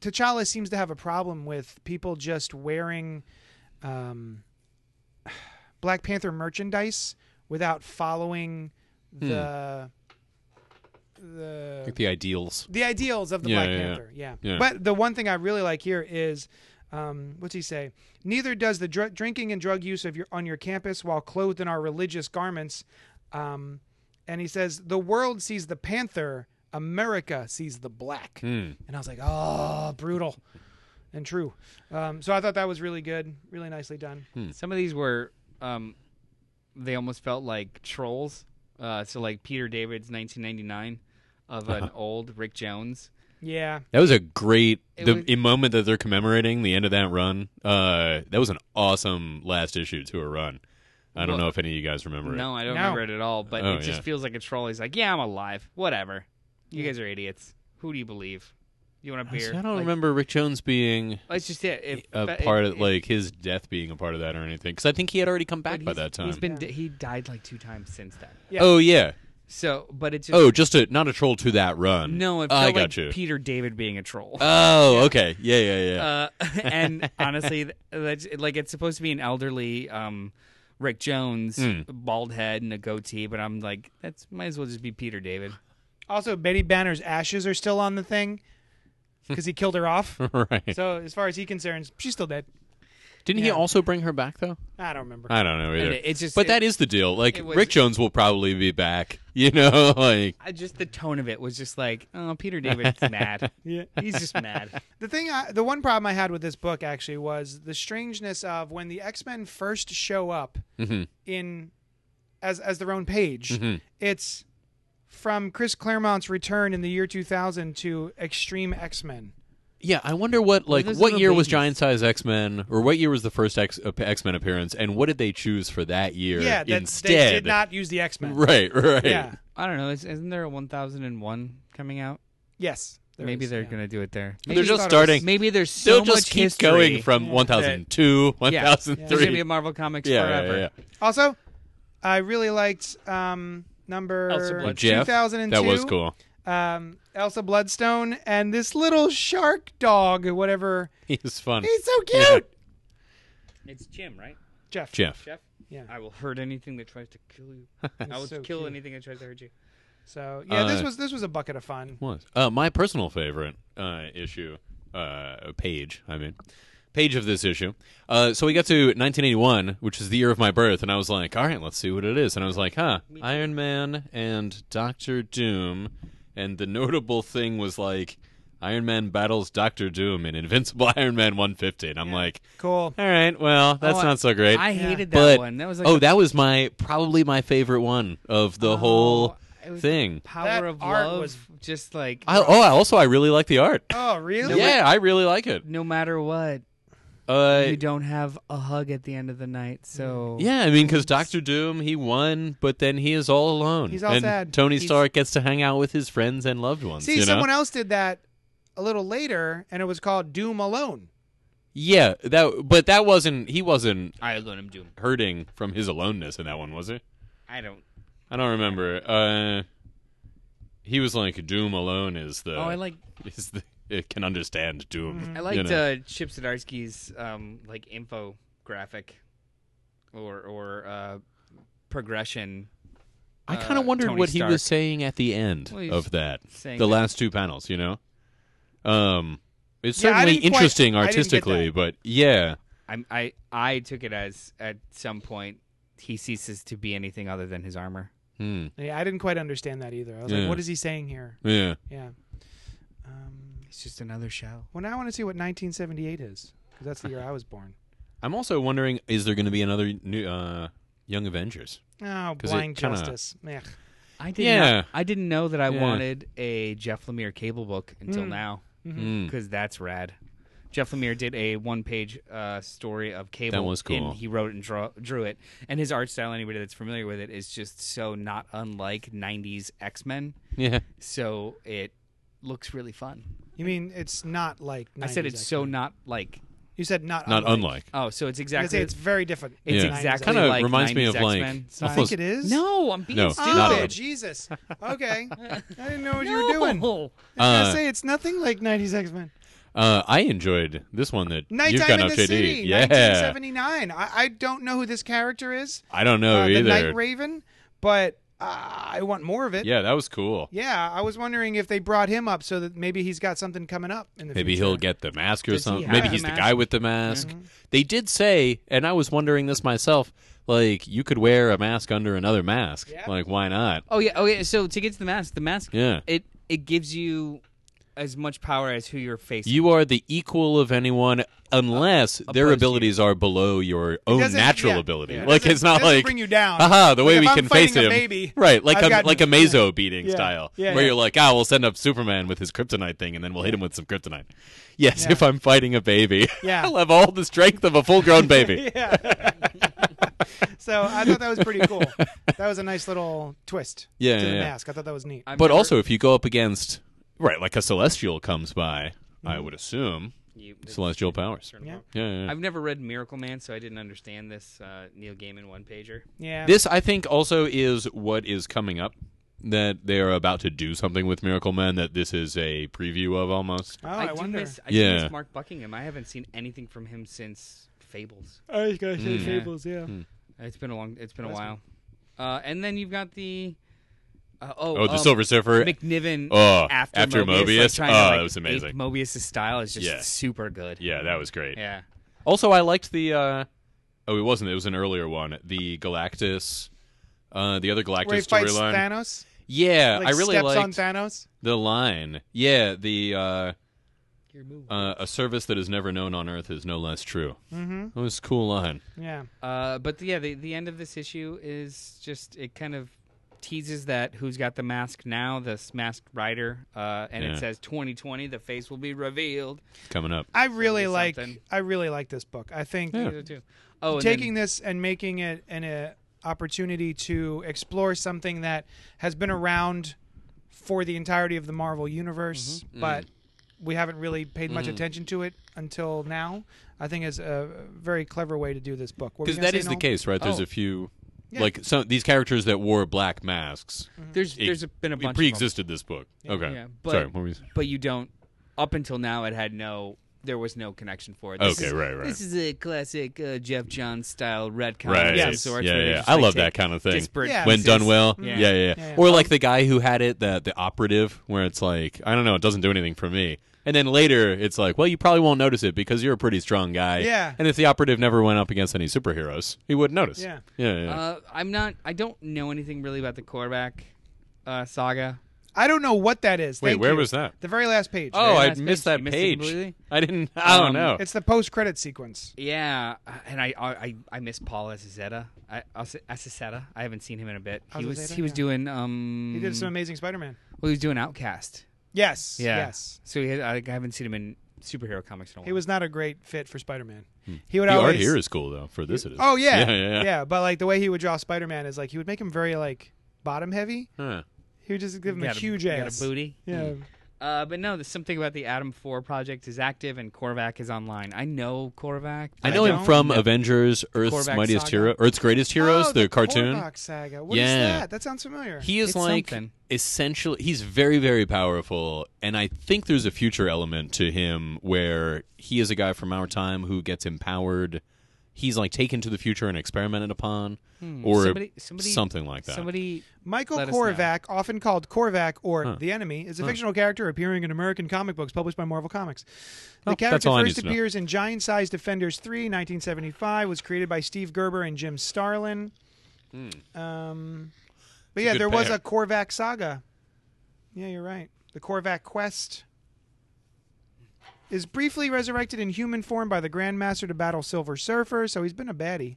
A: T'Challa seems to have a problem with people just wearing um, Black Panther merchandise without following the the
C: Like the ideals.
A: the ideals of the
C: Yeah,
A: Black
C: yeah, yeah.
A: Panther. Yeah.
C: Yeah.
A: But the one thing I really like here is, um, what's he say? Neither does the dr- drinking and drug use of your on your campus while clothed in our religious garments. Um, and he says the world sees the Panther, America sees the black.
C: Hmm.
A: And I was like, oh, brutal. And true, um, so I thought that was really good, really nicely done.
C: Hmm.
B: Some of these were, um, they almost felt like trolls. Uh, so like Peter David's 1999 of
C: Uh-huh.
B: an old Rick Jones.
A: Yeah,
C: That was a great
B: It
C: the
B: was-
C: in moment that they're commemorating the end of that run. Uh, that was an awesome last issue to a run. I don't
B: Well-
C: know if any of you guys remember
B: No, I don't
A: No.
B: remember it at all. But
C: Oh,
B: it just
C: yeah.
B: feels like a troll. He's like, yeah, I'm alive. Whatever. You guys are idiots. Who do you believe? You want a
C: it.
B: beer?
C: See, I don't
B: Like, oh,
C: remember Rick Jones being
B: It's just it. If-
C: a
B: but it-
C: part of
B: it-
C: like his death being a part of that or anything because I think he had already come
B: but
C: back by
B: he's-
C: that time.
B: He's been he died like two times since then.
A: Yeah.
C: Oh yeah.
B: So, but it's just
C: Oh, just a not a troll to that run.
B: no. It
C: Oh,
B: felt
C: I got
B: like
C: you.
B: Peter David being a troll.
C: oh, okay. Yeah, yeah, yeah.
B: Uh, <laughs>
C: <laughs>
B: and honestly, th- that's like it's supposed to be an elderly um, Rick Jones,
C: Hmm.
B: bald head and a goatee, but I'm like, that's might as well just be Peter David.
A: Also, Betty Banner's ashes are still on the
C: Hmm.
A: thing because he killed her off.
C: <laughs>
B: Uh,
C: right.
A: so, as far as he concerns, she's still dead.
C: Didn't he also bring her back though?
A: I don't remember.
C: I don't know either.
B: it- it's just-
C: but
B: it-
C: that is the deal. Like
B: it was-
C: Rick Jones will probably be back. <laughs> You know, like
B: I just the tone of it was just like, oh, Peter David's
C: <laughs>
B: mad.
A: Yeah.
B: <laughs> He's just mad.
A: The thing, I, the one problem I had with this book actually was the strangeness of when the X Men first show up in as as their own page. It's from Chris Claremont's return in the year 2000 to Extreme X Men.
C: yeah. I wonder what like
B: those
C: what
B: little
C: year was
B: babies.
C: Giant Size X Men or what year was the first X X Men appearance, and what did they choose for that year
A: Yeah, that
C: instead?
A: they did not use the X Men.
C: <laughs> Right, right.
A: Yeah.
B: I don't know. Is, isn't there a 1001 coming out?
A: Yes. there
B: Maybe
A: is,
B: they're
A: yeah.
B: gonna do it there.
C: They're
B: Maybe,
C: just
A: thought it was-
C: starting.
B: maybe there's so
C: They'll just
B: much
C: keep
B: history.
C: going from 1002,
B: Yeah. There's
C: 1003.
B: gonna be a Marvel Comics
C: Yeah, yeah,
B: forever.
C: yeah.
A: Also, I really liked um, number
B: Elsa Blood-
C: Jeff,
A: 2002.
C: that was cool. <laughs>
A: Um, Elsa Bloodstone and this little shark dog, whatever.
C: He's fun.
A: He's so cute.
B: It's Jim, right?
A: Jeff.
C: Jeff.
B: Jeff.
A: Yeah.
B: I will hurt anything that tries to kill
C: <laughs>
B: you. I will
A: so
B: kill
A: cute.
B: anything that tries to hurt you.
A: So yeah, this
C: Uh,
A: was this was a bucket of fun.
C: was. Uh, my personal favorite uh, issue, uh, page, I mean, page of this issue. Uh, so we got to 1981, which is the year of my birth, and I was like, all right, let's see what it is. And I was like, huh, Iron Man and Doctor Doom. And the notable thing was like, Iron Man battles Doctor Doom in Invincible <laughs> Iron Man 150. And I'm like,
A: Cool.
C: all right, well, that's
B: Oh, I-
C: not so great.
B: I
A: Yeah.
B: hated that
C: but,
B: one. That was like
C: oh,
B: a Oh,
C: that was my probably my favorite one of the whole
B: it was-
C: thing.
B: power
A: that
B: of
A: art
B: love.
A: was-
B: just like
C: I, oh, I also I really like the art.
A: Oh really?
C: yeah, I really like it.
B: no matter what,
C: Uh,
B: you don't have a hug at the end of the night. So
C: Mm. yeah, I mean, because Doctor Doom he won, but then he is all alone.
A: He's all
C: and
A: sad.
C: Tony
B: He's-
C: Stark gets to hang out with his friends and loved ones.
A: See,
C: you know?
A: someone else did that a little later, and it was called Doom Alone.
C: Yeah, that. But that wasn't. He wasn't
B: I alone am doomed.
C: hurting from his aloneness in that one, was he?
B: I don't.
C: I don't remember. Uh, he was like Doom alone is the.
B: Oh, I like
C: <laughs> Is the, it can understand Doom.
B: I
C: you
B: liked
C: know?
B: uh, Chip Zdarsky's um, like infographic or or uh, progression
C: I kind
B: uh,
C: of wondered
B: Tony
C: what he
B: Stark.
C: was saying at the end
B: Well, he's
C: of that,
B: saying
C: the
B: that-
C: last two panels. You know, um, it's
A: Yeah, I
C: certainly
A: didn't quite-
C: interesting
A: I didn't get
C: artistically,
A: that.
C: but yeah,
B: I, I I took it as at some point he ceases to be anything other than his armor.
C: hmm,
A: Yeah, I didn't quite understand that either. I was
C: Yeah.
A: like, what is he saying here?
C: yeah.
A: Yeah. Um,
B: It's just another shell.
A: well, now I want to see what 1978 is because that's the year I was born.
C: I'm also wondering, is there going to be another new uh, Young Avengers?
A: Oh,
C: 'Cause it
A: blind
C: kinda-
A: justice. Meh.
B: I did
C: Yeah.
B: not, I didn't know that I
C: Yeah. Mm.
B: wanted a Jeff Lemire cable book until now
A: Mm-hmm.
C: Hmm.
B: because that's rad. Jeff Lemire did a one-page uh, story of cable.
C: That was cool.
B: And he wrote and draw, drew it, and his art style. Anybody that's familiar with it is just so not unlike '90s X-Men.
C: Yeah,
B: So it looks really fun.
A: You mean it's not like?
B: I said
A: 90s
B: it's so
A: X-Men.
B: not like.
A: You said not.
C: not unlike.
B: Oh, so
A: I
B: it's
A: say
B: exactly.
A: it's very different.
B: It's
C: Yeah.
B: exactly
C: Kind of
B: like
C: reminds me of
B: 90s
C: like
B: X-Men.
A: I think
C: almost-
A: it is.
B: No, I'm being
C: No,
B: stupid.
C: not
A: Oh
C: it.
A: Jesus. Okay. I didn't know what you were doing. I was
B: No.
A: gonna
C: Uh,
A: say it's nothing like 90s X Men.
C: Uh, I enjoyed this one that you've
A: Nighttime
C: got
A: in
C: up,
A: the
C: JD.
A: City,
C: yeah,
A: 1979. I, I don't know who this character is,
C: I don't know
A: uh, the
C: Oh, either.
A: Night Raven, but uh, I want more of it.
C: yeah, that was cool.
A: Yeah, I was wondering if they brought him up so that maybe he's got something coming up in the
C: Maybe
A: future.
C: he'll get the mask or
B: Does he
C: something.
B: have
C: Maybe
B: the
C: he's the
B: mask?
C: guy with the mask.
A: Mm-hmm.
C: They did say, and I was wondering this myself, like you could wear a mask under another mask.
A: Yeah.
C: Like why not?
B: Oh yeah. Oh yeah. So to get to the mask, the mask.
C: Yeah.
B: It it gives you as much power as who you're facing.
C: You are the equal of anyone unless their
B: opposed to
C: abilities are below your own
A: doesn't-
C: natural
A: yeah.
C: ability.
A: Yeah.
C: Like
A: Doesn't-
C: it's not
A: doesn't
C: like
A: bring you down.
C: Aha, the
A: Like,
C: way
A: if
C: we
A: I'm
C: can
A: fighting
C: face
A: a
C: him.
A: baby,
C: right, like
A: I've
C: a
A: got- <laughs>
C: like a Mazo beating
A: Yeah.
C: style,
A: Yeah,
C: where
A: yeah.
C: you're like, ah, we'll send up Superman with his kryptonite thing, and then we'll hit him with some kryptonite. Yes,
A: Yeah.
C: if I'm fighting a baby,
A: Yeah.
C: <laughs> I'll have all the strength of a full-grown baby.
A: <laughs> <laughs> Yeah. so I thought that was pretty cool. That was a nice little twist
C: Yeah,
A: to the
C: yeah, yeah.
A: mask. I thought that was neat.
B: I've
C: But
B: never-
C: also, if you go up against right, like a celestial comes by, I would assume
B: You-
C: celestial powers.
A: Yeah.
C: Yeah, yeah, yeah.
B: I've never read Miracle Man, so I didn't understand this uh, Neil Gaiman one pager.
A: yeah.
C: <laughs> This, I think, also is what is coming up. That they are about to do something with Miracle Man. That this is a preview of almost.
A: oh,
B: I,
A: I,
B: do
A: wonder.
B: miss. I
C: Yeah.
B: do miss Mark Buckingham. I haven't seen anything from him since Fables.
A: I was
C: Hmm.
A: gonna say
B: Fables,
A: yeah.
B: It's been a long. It's been a
A: That's
B: while. Uh, and then you've got the. Uh, oh,
C: Oh, the
B: um,
C: Silver Surfer.
B: McNiven
C: Oh,
B: after,
C: after
B: Mobius, like,
C: Mobius?
B: trying
C: Oh,
B: to,
C: that
B: like,
C: was
B: ape
C: amazing.
B: Mobius' style is just
C: Yeah.
B: super good.
C: yeah, that was great.
B: Yeah.
C: Also, I liked the. Uh, oh, it wasn't. It was an earlier one. The Galactus, uh, the other
A: Where he
C: Galactus
A: fights
C: storyline.
A: Thanos.
C: Yeah,
A: Like
C: I really
A: steps on
C: liked
A: Thanos.
C: the line. Yeah, the uh, uh, a service that is never known on Earth is no less true. Mm-hmm. That was a cool line.
A: Yeah.
B: Uh, but yeah, the the end of this issue is just it kind of teases that who's got the mask now, this masked rider, uh, and
C: Yeah.
B: it says 2020, the face will be revealed.
C: It's coming up.
A: I really like.
B: something.
A: I really like this book. I think
B: These are two. Oh, and
A: taking
B: then-
A: this and making it an uh, opportunity to explore something that has been around for the entirety of the Marvel universe,
C: Mm-hmm.
A: but we haven't really paid much attention to it until now. I think is a very clever way to do this book. Were we
C: Because
A: gonna
C: that
A: say
C: is
A: no?
C: the case, right? There's
B: Oh.
C: a few.
A: Yeah. Mm-hmm.
C: Like some these characters that wore black masks,
B: there's
C: it-
B: there's a, been a bunch
C: it
B: of them.
C: pre-existed this book. Okay,
B: Yeah, but-
C: sorry. What were you saying?
B: but you don't. Up until now, it had no. There was no connection for it. This
C: Okay,
B: is-
C: right, right.
B: This is a classic uh, Jeff John style retcon.
C: Right.
B: of some
C: Yes.
B: sorts
C: Yeah,
B: where they
C: yeah.
B: just,
C: I
B: like,
C: love that
B: take
C: kind of thing.
B: disparate
A: Yeah.
C: when
B: pieces.
C: done well.
B: Yeah.
C: Yeah. Yeah, yeah,
A: Yeah, yeah.
C: Or like the guy who had it, the the operative, where it's like, I don't know, it doesn't do anything for me. And then later, it's like, well, you probably won't notice it because you're a pretty strong guy.
A: Yeah.
C: And if the operative never went up against any superheroes, he wouldn't notice.
A: Yeah.
C: Yeah. yeah.
B: Uh, I'm not. I don't know anything really about the Korvac uh, saga.
A: I don't know what that is.
C: Wait,
A: Thank
C: where
A: you.
C: was that?
A: The very last page.
C: oh, I
B: last page,
C: missed
B: you
C: that
B: missed it
C: page.
B: completely?
C: I didn't. I don't
B: Um,
C: know.
A: It's the post-credit sequence.
B: Yeah, uh, and I I I- I miss Paul Azaceta. I Azaceta. I haven't seen him in a bit. He was
A: Azaceta,
B: he was
A: yeah.
B: doing um.
A: He did some
C: Mm.
A: amazing Spider-Man.
B: Well, he was doing Outcast.
A: Yes.
B: Yeah.
A: Yes.
B: So he had, I, I haven't seen him in superhero comics in a while.
A: He was not a great fit for Spider-Man. He would
C: Hmm. the
A: always
C: art here is cool though. For this, it is.
A: Oh yeah.
C: Yeah. Yeah. yeah.
A: But like the way he would draw Spider Man is like he would make him very like bottom heavy.
C: Huh.
A: He would just give him
B: He
A: a
B: got
A: huge
B: he got
A: ass.
B: a booty.
A: Yeah.
B: Uh, but no, there's something about the Atom Four project is active and Korvac is online. I know Korvac.
C: I
B: but
C: know him
A: don't
C: from
B: know.
C: Avengers: Earth's
B: Korvac
C: Mightiest
B: Saga.
C: Hero, Earth's Greatest Heroes,
A: Oh,
C: the, cartoon.
A: Korvac saga. What is
C: Yeah.
A: that? That sounds familiar.
C: He is
B: It's
C: like
B: something.
C: essentially he's very very powerful and I think there's a future element to him where he is a guy from our time who gets empowered. He's like taken to the future and experimented upon or
B: Hmm. Somebody- somebody-
C: something like that.
B: Somebody.
A: Michael
B: Let us
A: Korvac, often called Korvac or the Enemy, is a fictional character appearing in American comic books published by Marvel Comics. The
C: Oh, that's
A: character
C: all I
A: first
C: need to know.
A: appears in Giant Size Defenders 3, 1975, was created by Steve Gerber and Jim Starlin. Um, but yeah,
C: good
A: there was
C: pair.
A: a Korvac saga. Yeah, you're right. The Korvac Quest is briefly resurrected in human form by the Grandmaster to battle Silver Surfer, so he's been a baddie.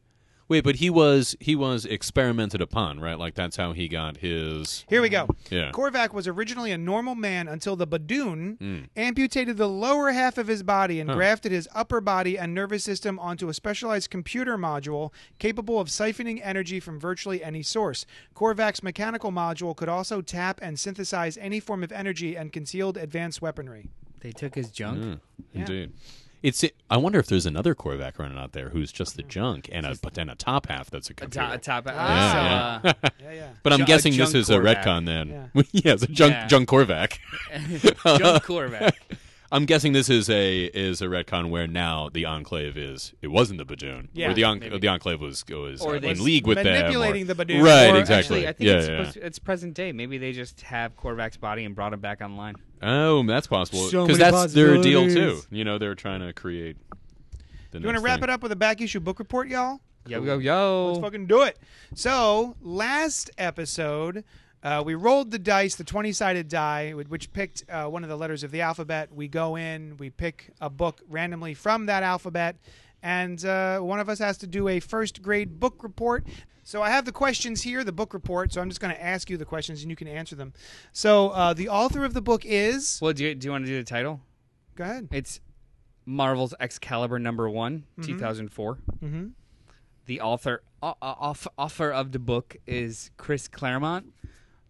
C: Wait, but he was he was experimented upon, right? Like that's how he got his
A: Here we go.
C: Yeah.
A: Korvac was originally a normal man until the Badoon amputated the lower half of his body and grafted his upper body and nervous system onto a specialized computer module capable of siphoning energy from virtually any source. Korvac's mechanical module could also tap and synthesize any form of energy and concealed advanced weaponry.
B: They took his junk.
C: Mm. Indeed. It's I wonder if there's another Korvac running out there who's just the junk and a but then a top half that's a
B: A top.
C: computer.
B: a top
C: Yeah,
B: so, Uh,
A: Yeah, yeah.
C: But I'm
B: Ju- a
C: guessing this
B: junk
C: is
B: Korvac.
C: a retcon then.
A: Yeah.
C: <laughs> Yeah, it's a junk
B: Yeah.
C: junk Korvac. <laughs>
B: junk Korvac.
C: I'm guessing this is a is a retcon where now the Enclave is it wasn't the Badoon.
A: Yeah,
C: or the, Enc-
B: maybe.
C: the Enclave was was
B: Or
C: uh,
B: they
C: in
B: s-
C: league with
A: manipulating
C: them.
A: the
C: or-
A: Badoon.
C: Right,
A: Or
C: exactly.
B: Actually, I think
C: yeah,
B: it's,
C: yeah.
B: supposed to- it's present day. Maybe they just have Korvac's body and brought him back online.
C: oh, that's possible
D: So
C: because
D: many
C: that's their deal too.
D: possibilities.
C: You know, they're trying to create. The
A: You want to wrap it up with a back issue book report, y'all?
B: Yo yo yo!
A: Let's fucking do it. So last episode, uh, we rolled the dice, the twenty-sided die, wh- which picked uh, one of the letters of the alphabet. We go in, we pick a book randomly from that alphabet, and uh, one of us has to do a first-grade book report. So I have the questions here, the book report. So I'm just going to ask you the questions, and you can answer them. So uh, the author of the book is.
B: Well, do you, do you want to do the title?
A: Go ahead.
B: It's Marvel's Excalibur number one, 2004. Mm-hmm. The author au- au- auth- author of the book is Chris Claremont,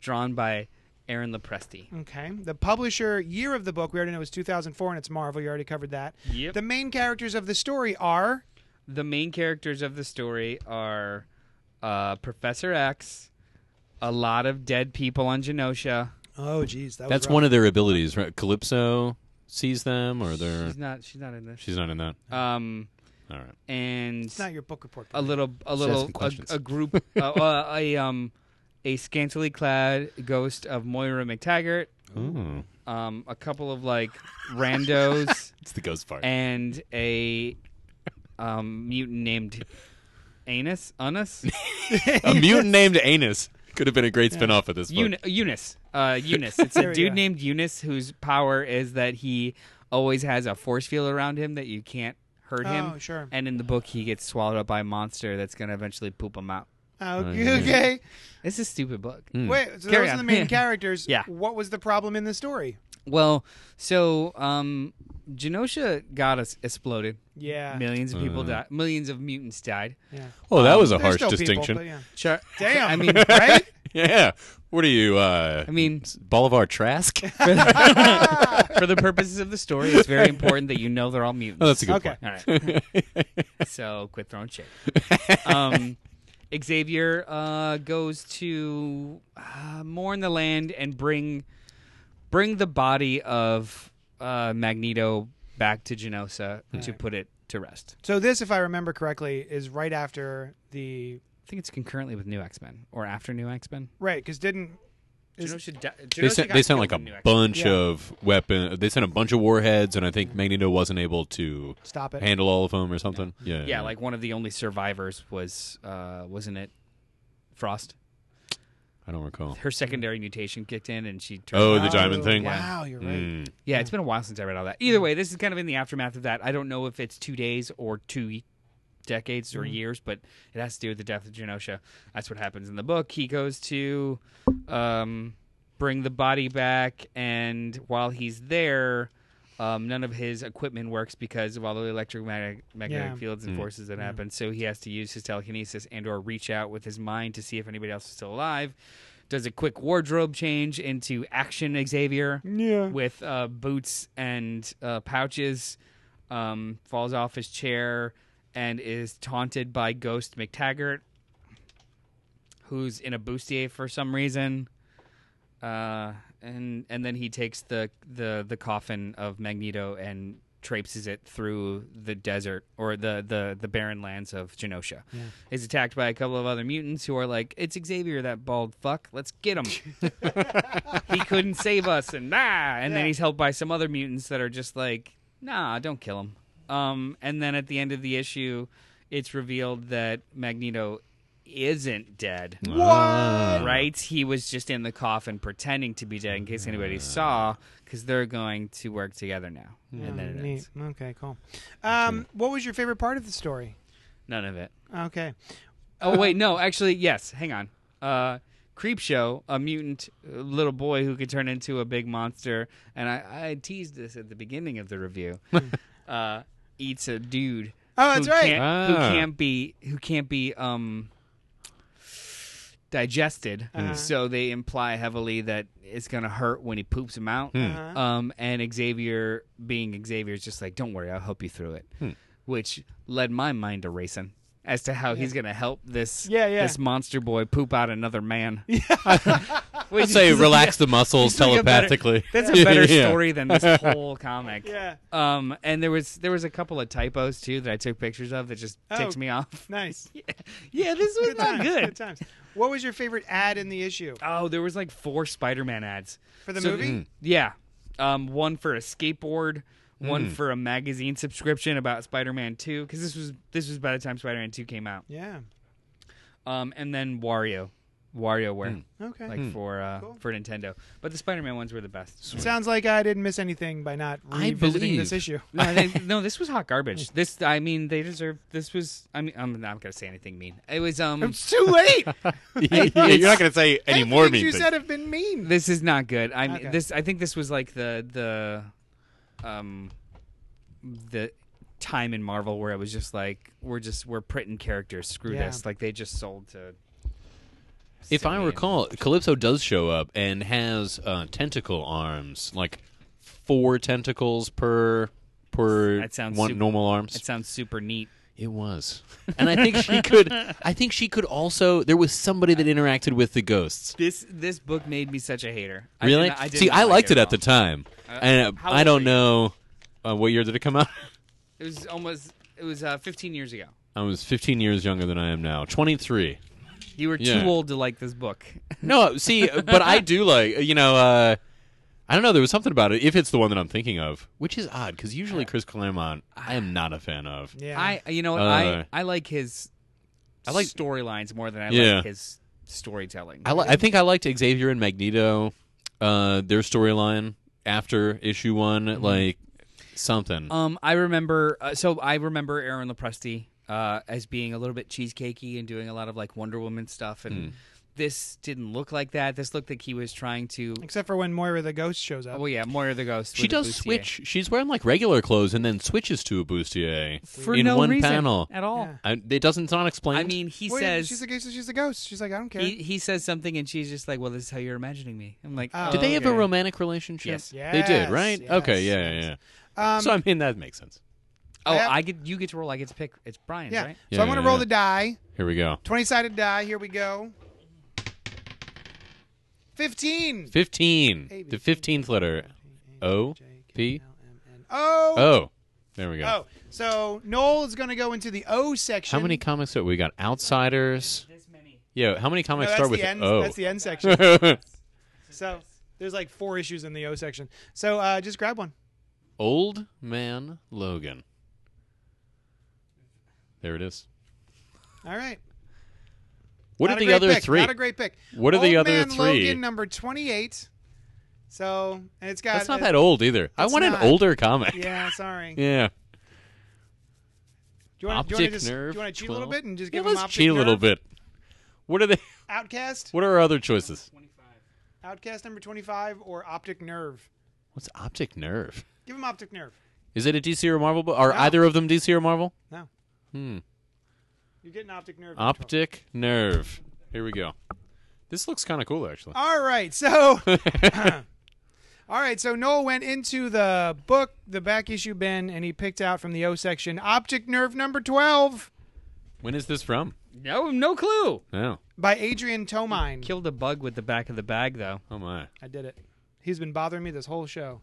B: drawn by Aaron Lepresti.
A: Okay. The publisher year of the book, we already know, is 2004, and it's Marvel. You already covered that.
B: Yep.
A: The main characters of the story are.
B: The main characters of the story are uh, Professor X, a lot of dead people on Genosha.
A: Oh, geez, that
C: That's one of their abilities, right? Calypso sees them, or they're
B: She's not. She's not in this.
C: she's not in that.
B: Um,
C: All right.
B: and
A: It's not your book report.
B: a little a
C: asking
B: little a,
C: questions.
B: a
C: <laughs>
B: group uh, uh, a um a scantily clad ghost of Moira McTaggart,
C: Ooh.
B: um
C: <laughs>
B: a couple of like randos <laughs>
C: It's the ghost part.
B: and a um, mutant named Anus?
C: <laughs>
B: Unus?
C: A mutant named Anus could have been a great spin-off of this book.
B: Eun- Eunice. Uh, Eunice. It's
A: There
B: a
A: we
B: dude
A: go.
B: named Eunice whose power is that he always has a force field around him that you can't hurt him.
A: Oh, sure.
B: And in the book, he gets swallowed up by a monster that's going to eventually poop him out.
A: Oh,
B: <laughs>
A: Okay. okay.
B: It's a stupid book.
A: Wait, so
B: Hmm. Carry
A: those are
B: on.
A: the main characters.
B: <laughs> Yeah.
A: What was the problem in the story?
B: Well, so um, Genosha got us exploded.
A: Yeah.
B: Millions of
C: Uh-huh.
B: people died. Millions of mutants died.
A: Yeah.
C: Oh, that was a
A: Um, There's
C: harsh
A: still people,
C: distinction.
A: but yeah.
B: Char-
A: Damn.
B: I mean,
A: <laughs> right?
C: <laughs> Yeah. What are you? Uh, Oh,
B: I mean,
C: Bolivar <laughs> Trask.
B: for the, for the purposes of the story, it's very important that you know they're all mutants.
C: Oh, that's a good
A: Okay.
C: point.
B: All right.
C: <laughs>
B: so quit throwing shit. Um, Xavier uh, goes to uh, mourn the land and bring bring the body of uh, Magneto back to Genosa to put it to rest.
A: So this, if I remember correctly, is right after the
B: I think it's concurrently with New X Men or after New X Men.
A: right because didn't Is-
B: Genosha
C: They sent, they sent like a bunch
A: Yeah.
C: of weapon. They sent a bunch of warheads, and I think Magneto wasn't able to
A: stop it.
C: handle all of them or something. Yeah.
B: Yeah, like one of the only survivors was uh, wasn't it Frost?
C: I
B: <laughs>
C: don't recall.
B: Her secondary mutation kicked in and she turned.
C: Oh, the diamond thing.
A: Wow, you're right.
C: Mm.
B: Yeah,
A: Hmm.
B: it's been a while since I read all that. Either way, this is kind of in the aftermath of that. I don't know if it's two days or two y- decades
A: Hmm.
B: or years, but it has to do with the death of Genosha. That's what happens in the book. He goes to um, bring the body back, and while he's there, um, none of his equipment works because of all the electromagnetic magnetic
A: Yeah.
B: fields and forces that happen. So he has to use his telekinesis and/or reach out with his mind to see if anybody else is still alive. Does a quick wardrobe change into action Xavier
A: Yeah.
B: with uh, boots and uh, pouches, um, falls off his chair and is taunted by Ghost McTaggart, who's in a bustier for some reason. Uh, and and then he takes the, the, the coffin of Magneto and traipses it through the desert or the, the, the barren lands of Genosha. Is attacked by a couple of other mutants who are like, "It's Xavier, that bald fuck. Let's get him." he couldn't save us and nah and then he's helped by some other mutants that are just like nah don't kill him um and then at the end of the issue it's revealed that magneto isn't dead
C: Ah.
B: right he was just in the coffin pretending to be dead in case anybody saw because they're going to work together now and
C: Hmm.
B: then it
A: Neat.
B: ends.
A: Okay, cool. Um, what was your favorite part of the story?
B: none of it
A: Okay.
B: Oh wait, no, actually, yes. Hang on. Uh, Creep Show, a mutant uh, little boy who could turn into a big monster, and I, I teased this at the beginning of
A: <laughs>
B: the review. uh, eats a dude.
A: Oh, that's
B: who
A: right.
B: Can't,
C: Ah.
B: Who can't be? Who can't be? Um, digested.
C: Hmm.
B: So they imply heavily that it's gonna hurt when he poops him out.
C: Hmm.
B: Um, and Xavier, being Xavier, is just like, "Don't worry, I'll help you through it,"
C: Hmm.
B: which led my mind to racing as to how he's gonna help this
A: Yeah, yeah.
B: this monster boy poop out another <laughs> man. Which
C: Let's say
B: is- <laughs>
C: relax the muscles
B: it's like a better-
C: telepathically.
B: that's a better
C: <laughs> Yeah.
B: story than this whole comic.
A: Yeah.
B: Um, and there was there was a couple of typos too that I took pictures of that just
A: Oh.
B: ticked me off.
A: Nice.
B: Yeah, this was
A: Good
B: not
A: times.
B: <laughs> good.
A: times. What was your favorite ad in the issue
B: Oh, there was like four Spider-Man ads
A: for the
B: So-
A: movie?
B: Yeah, um, one for a skateboard, one for a magazine subscription about Spider-Man Two because this was this was by the time Spider-Man Two came out.
A: Yeah.
B: Um, and then Wario, WarioWare,
A: Okay.
B: like for uh, for Nintendo. But the Spider-Man ones were the best.
A: Sounds like I didn't miss anything by not
C: I
A: revisiting
C: believe-
A: this issue.
B: no, they, no, this was hot garbage. This, I mean, they deserve. This was. I mean, I'm not gonna say anything mean. It was. Um,
A: It's too late.
C: You're not going to say any more
A: Things
C: mean
A: you
C: things.
A: said have been mean.
B: this is not good. I
A: Okay.
B: mean, this. I think this was like the the, um, the time in Marvel where it was just like we're just we're printing characters. Screw
A: Yeah.
B: this. Like they just sold to.
C: If I
B: Sony.
C: recall, Calypso does show up and has uh, tentacle arms, like four tentacles per per
B: That sounds
C: one
B: super-
C: normal arms.
B: it sounds super neat.
C: It was, and I think she could. I think she could also. There was somebody that interacted with the ghosts.
B: This this book made me such a hater. I did
C: Really?
B: not- I did
C: See,
B: not
C: I liked it
B: it
C: at the
B: all.
C: time, and
B: Uh, how
C: I
B: old were
C: don't
B: you?
C: know uh, what year did it come out. <laughs>
B: It was almost. It was uh, 15 years ago.
C: I was 15 years younger than I am now. 23.
B: You were
C: Yeah.
B: too old to like this book. <laughs>
C: No, see, but I do like you know. Uh, I don't know. There was something about it. If it's the one that I'm thinking of, which is odd, because usually Chris Claremont, I am not a fan of.
A: Yeah.
B: I you know what,
C: Uh,
B: I I like his I like storylines more than I
C: Yeah.
B: like his storytelling.
C: I, li- I think I liked Xavier and Magneto, uh, their storyline after issue one,
B: Mm-hmm.
C: like something.
B: Um, I remember. Uh, so I remember Aaron Lepresti uh, as being a little bit cheesecakey and doing a lot of like Wonder Woman stuff, and
C: Hmm.
B: this didn't look like that. This looked like he was trying to.
A: Except for when Moira the Ghost shows up.
B: Oh yeah, Moira the Ghost.
C: she
B: with the
C: does
B: bustier.
C: switch. She's wearing like regular clothes and then switches to a bustier
B: for
C: in
B: no
C: one
B: reason
C: panel.
B: at all.
A: Yeah.
C: I, it doesn't. It's not explained.
B: I mean, he
A: Well, yeah,
B: says
A: she's a ghost. She's a ghost. She's like, I don't care.
B: he, he says something, and she's just like, "Well, this is how you're imagining me." I'm like,
A: Oh,
C: did they have a
B: okay.
C: romantic relationship?
B: Yes.
C: they did.
A: Yes,
C: Right?
A: yes,
C: okay. Yeah. Yeah. yeah.
A: Um,
C: so I mean, that makes sense.
B: Oh,
A: I have-
B: I get you get to roll. I get to pick. It's Brian's,
A: yeah.
B: right?
A: So
C: Yeah,
A: I'm gonna
C: yeah,
A: roll
C: yeah.
A: the die.
C: Here we go.
A: Twenty sided die. Here we go. Fifteen.
C: Fifteen.
A: A, B,
C: The fifteenth letter. O. P.
A: Oh.
C: O. There we
A: Oh,
C: go.
A: so Noel is going to go into the O section.
C: How many comics have we got? Outsiders.
B: This many.
C: Yeah, how many
A: No,
C: comics
A: that's
C: start
A: the
C: with
A: end.
C: O?
A: That's the end
C: <laughs>
A: section. so there's like four issues in the O section. So uh, just grab one.
C: Old Man Logan. There it is.
A: All right.
C: What
A: Not
C: are
A: a
C: the
A: great
C: other
A: pick.
C: three?
A: Not a great pick.
C: What are the
A: Old
C: other
A: Man
C: three?
A: Logan number twenty-eight. So and it's got.
C: That's not
A: uh,
C: that old either. I
A: It's
C: want
A: not.
C: an older comic. <laughs> Yeah.
A: Yeah, sorry. Do you want to
C: Optic
A: just
C: nerve.
A: do you want to cheat
C: 12.
A: a little bit and just
C: yeah,
A: give him
C: let's
A: optic
C: cheat a little
A: nerve?
C: bit. What are they?
A: Outcast,
C: What are our other choices?
A: Outcast number twenty-five, or Optic Nerve.
C: What's optic nerve?
A: Give him Optic Nerve.
C: Is it a DC or Marvel? book? Are
A: No.
C: either of them DC or Marvel?
A: No,
C: Hmm.
A: you're getting Optic Nerve. control.
C: Optic nerve. Here we go. This looks kind of cool, actually.
A: All right,
C: <laughs>
A: so. <coughs> All right, so Noel went into the book, the back issue bin, and he picked out from the O section Optic Nerve number 12
C: when is this from? Oh,
B: No, no clue.
C: No.
A: by Adrian Tomine.
B: Killed a bug with the back of the bag, though.
C: Oh my.
A: I did it. He's been bothering me this whole show.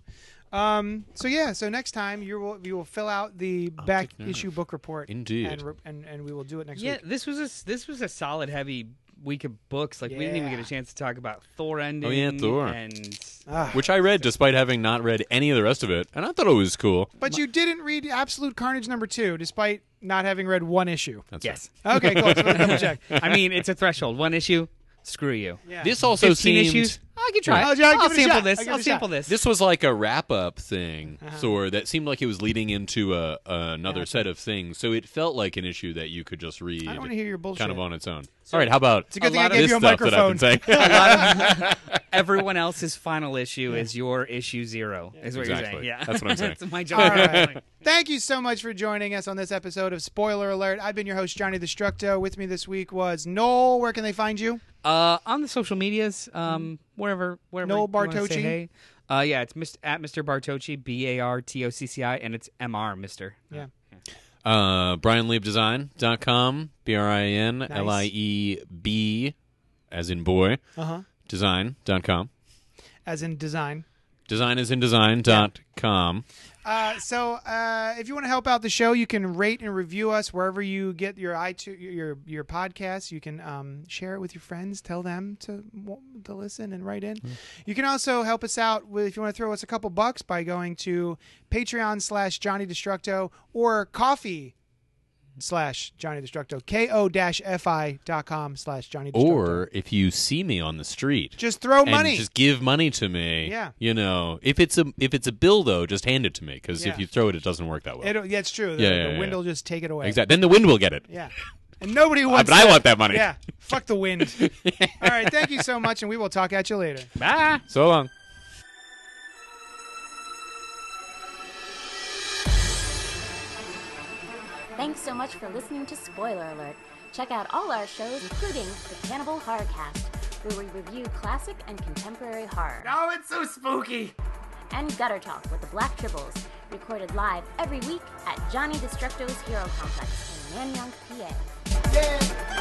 A: Um, so yeah, so next time you will you will fill out the back
C: Nerve.
A: issue book report,
C: Indeed.
A: and, re- and and we will do it next
B: Yeah,
A: week.
B: this was a s- this was a solid heavy week of books. Like we didn't even
A: Yeah.
B: get a chance to talk about Thor ending.
C: Oh, Thor.
B: And
A: Ah.
C: which I read despite having not read any of the rest of it, and I thought it was cool.
A: But you didn't read Absolute Carnage number two, despite not having read one issue.
C: That's
B: yes,
A: Okay, cool.
C: <laughs>
A: So let's double check.
B: I mean it's a threshold. One issue, screw you.
A: Yeah.
C: right. This also
B: 15
C: seemed
B: issues. I can
A: Yeah.
B: try. it.
A: I'll- I'll
B: I'll
A: give it a
B: sample
A: shot. I'll
B: this.
A: give
B: I'll
A: it a
B: sample
A: shot.
B: this.
C: this was like a wrap up thing,
A: Uh-huh.
C: Thor, that seemed like it was leading into a, another set of things. So it felt like an issue that you could just read.
A: I don't want to hear your bullshit.
C: kind of on its own. All right, how about
A: it's a good
B: A
A: thing Oh, I
B: lot of
C: this
A: gave you a
C: stuff
A: microphone. <laughs>
C: that I've been saying?
B: a lot of everyone else's final issue is your issue zero. Is what you're
C: Exactly.
B: saying. Yeah, <laughs>
C: That's what
A: <laughs>
C: I'm saying.
B: That's my job.
A: All right. Thank you so much for joining us on this episode of Spoiler Alert. I've been your host, Johnny Destructo. With me this week was Noel. Where can they find you?
B: Uh, on the social medias, um, wherever, wherever.
A: Noel
B: you wanna say
A: Bartocci?
B: hey. Uh, yeah, it's Mr. at Mr. Bartocci, B A R T O C C I, and it's M R Mister.
A: Yeah.
C: uh, BrianLeibDesign.com, B R I N L I E B, as in boy,
A: Uh huh.
C: design.com.
A: As in design.
C: Design is in design.com.
A: Uh, so uh, if you want to help out the show, you can rate and review us wherever you get your iTunes, your your podcast. You can um, share it with your friends, tell them to to listen and write
C: Mm-hmm.
A: in. You can also help us out with if you want to throw us a couple bucks by going to Patreon slash Johnny Destructo or Coffee slash Johnny Destructo ko dash fi dot com slash Johnny Destructo.
C: Or if you see me on the street,
A: just throw
C: and
A: money.
C: Just give money to me.
A: Yeah.
C: You know, if it's a if it's a bill though, just hand it to me because
A: Yeah.
C: if you throw it, it doesn't work that well.
A: It'll, yeah, it's true. The,
C: Yeah, yeah,
A: the
C: yeah,
A: wind
C: yeah.
A: will just take it away.
C: exactly. Then the wind will get it.
A: Yeah. And nobody
C: Uh,
A: wants
C: but I
A: that.
C: want that money.
A: Yeah. Fuck the wind. All right. Thank you so much, and we will talk at you later.
B: Bye.
C: So long.
E: Thanks so much for listening to Spoiler Alert. Check out all our shows, including the Cannibal Horror Cast, where we review classic and contemporary horror. Oh, it's so spooky! And Gutter Talk with the Black Tribbles, recorded live every week at Johnny Destructo's Hero Complex in Nanyang, PA.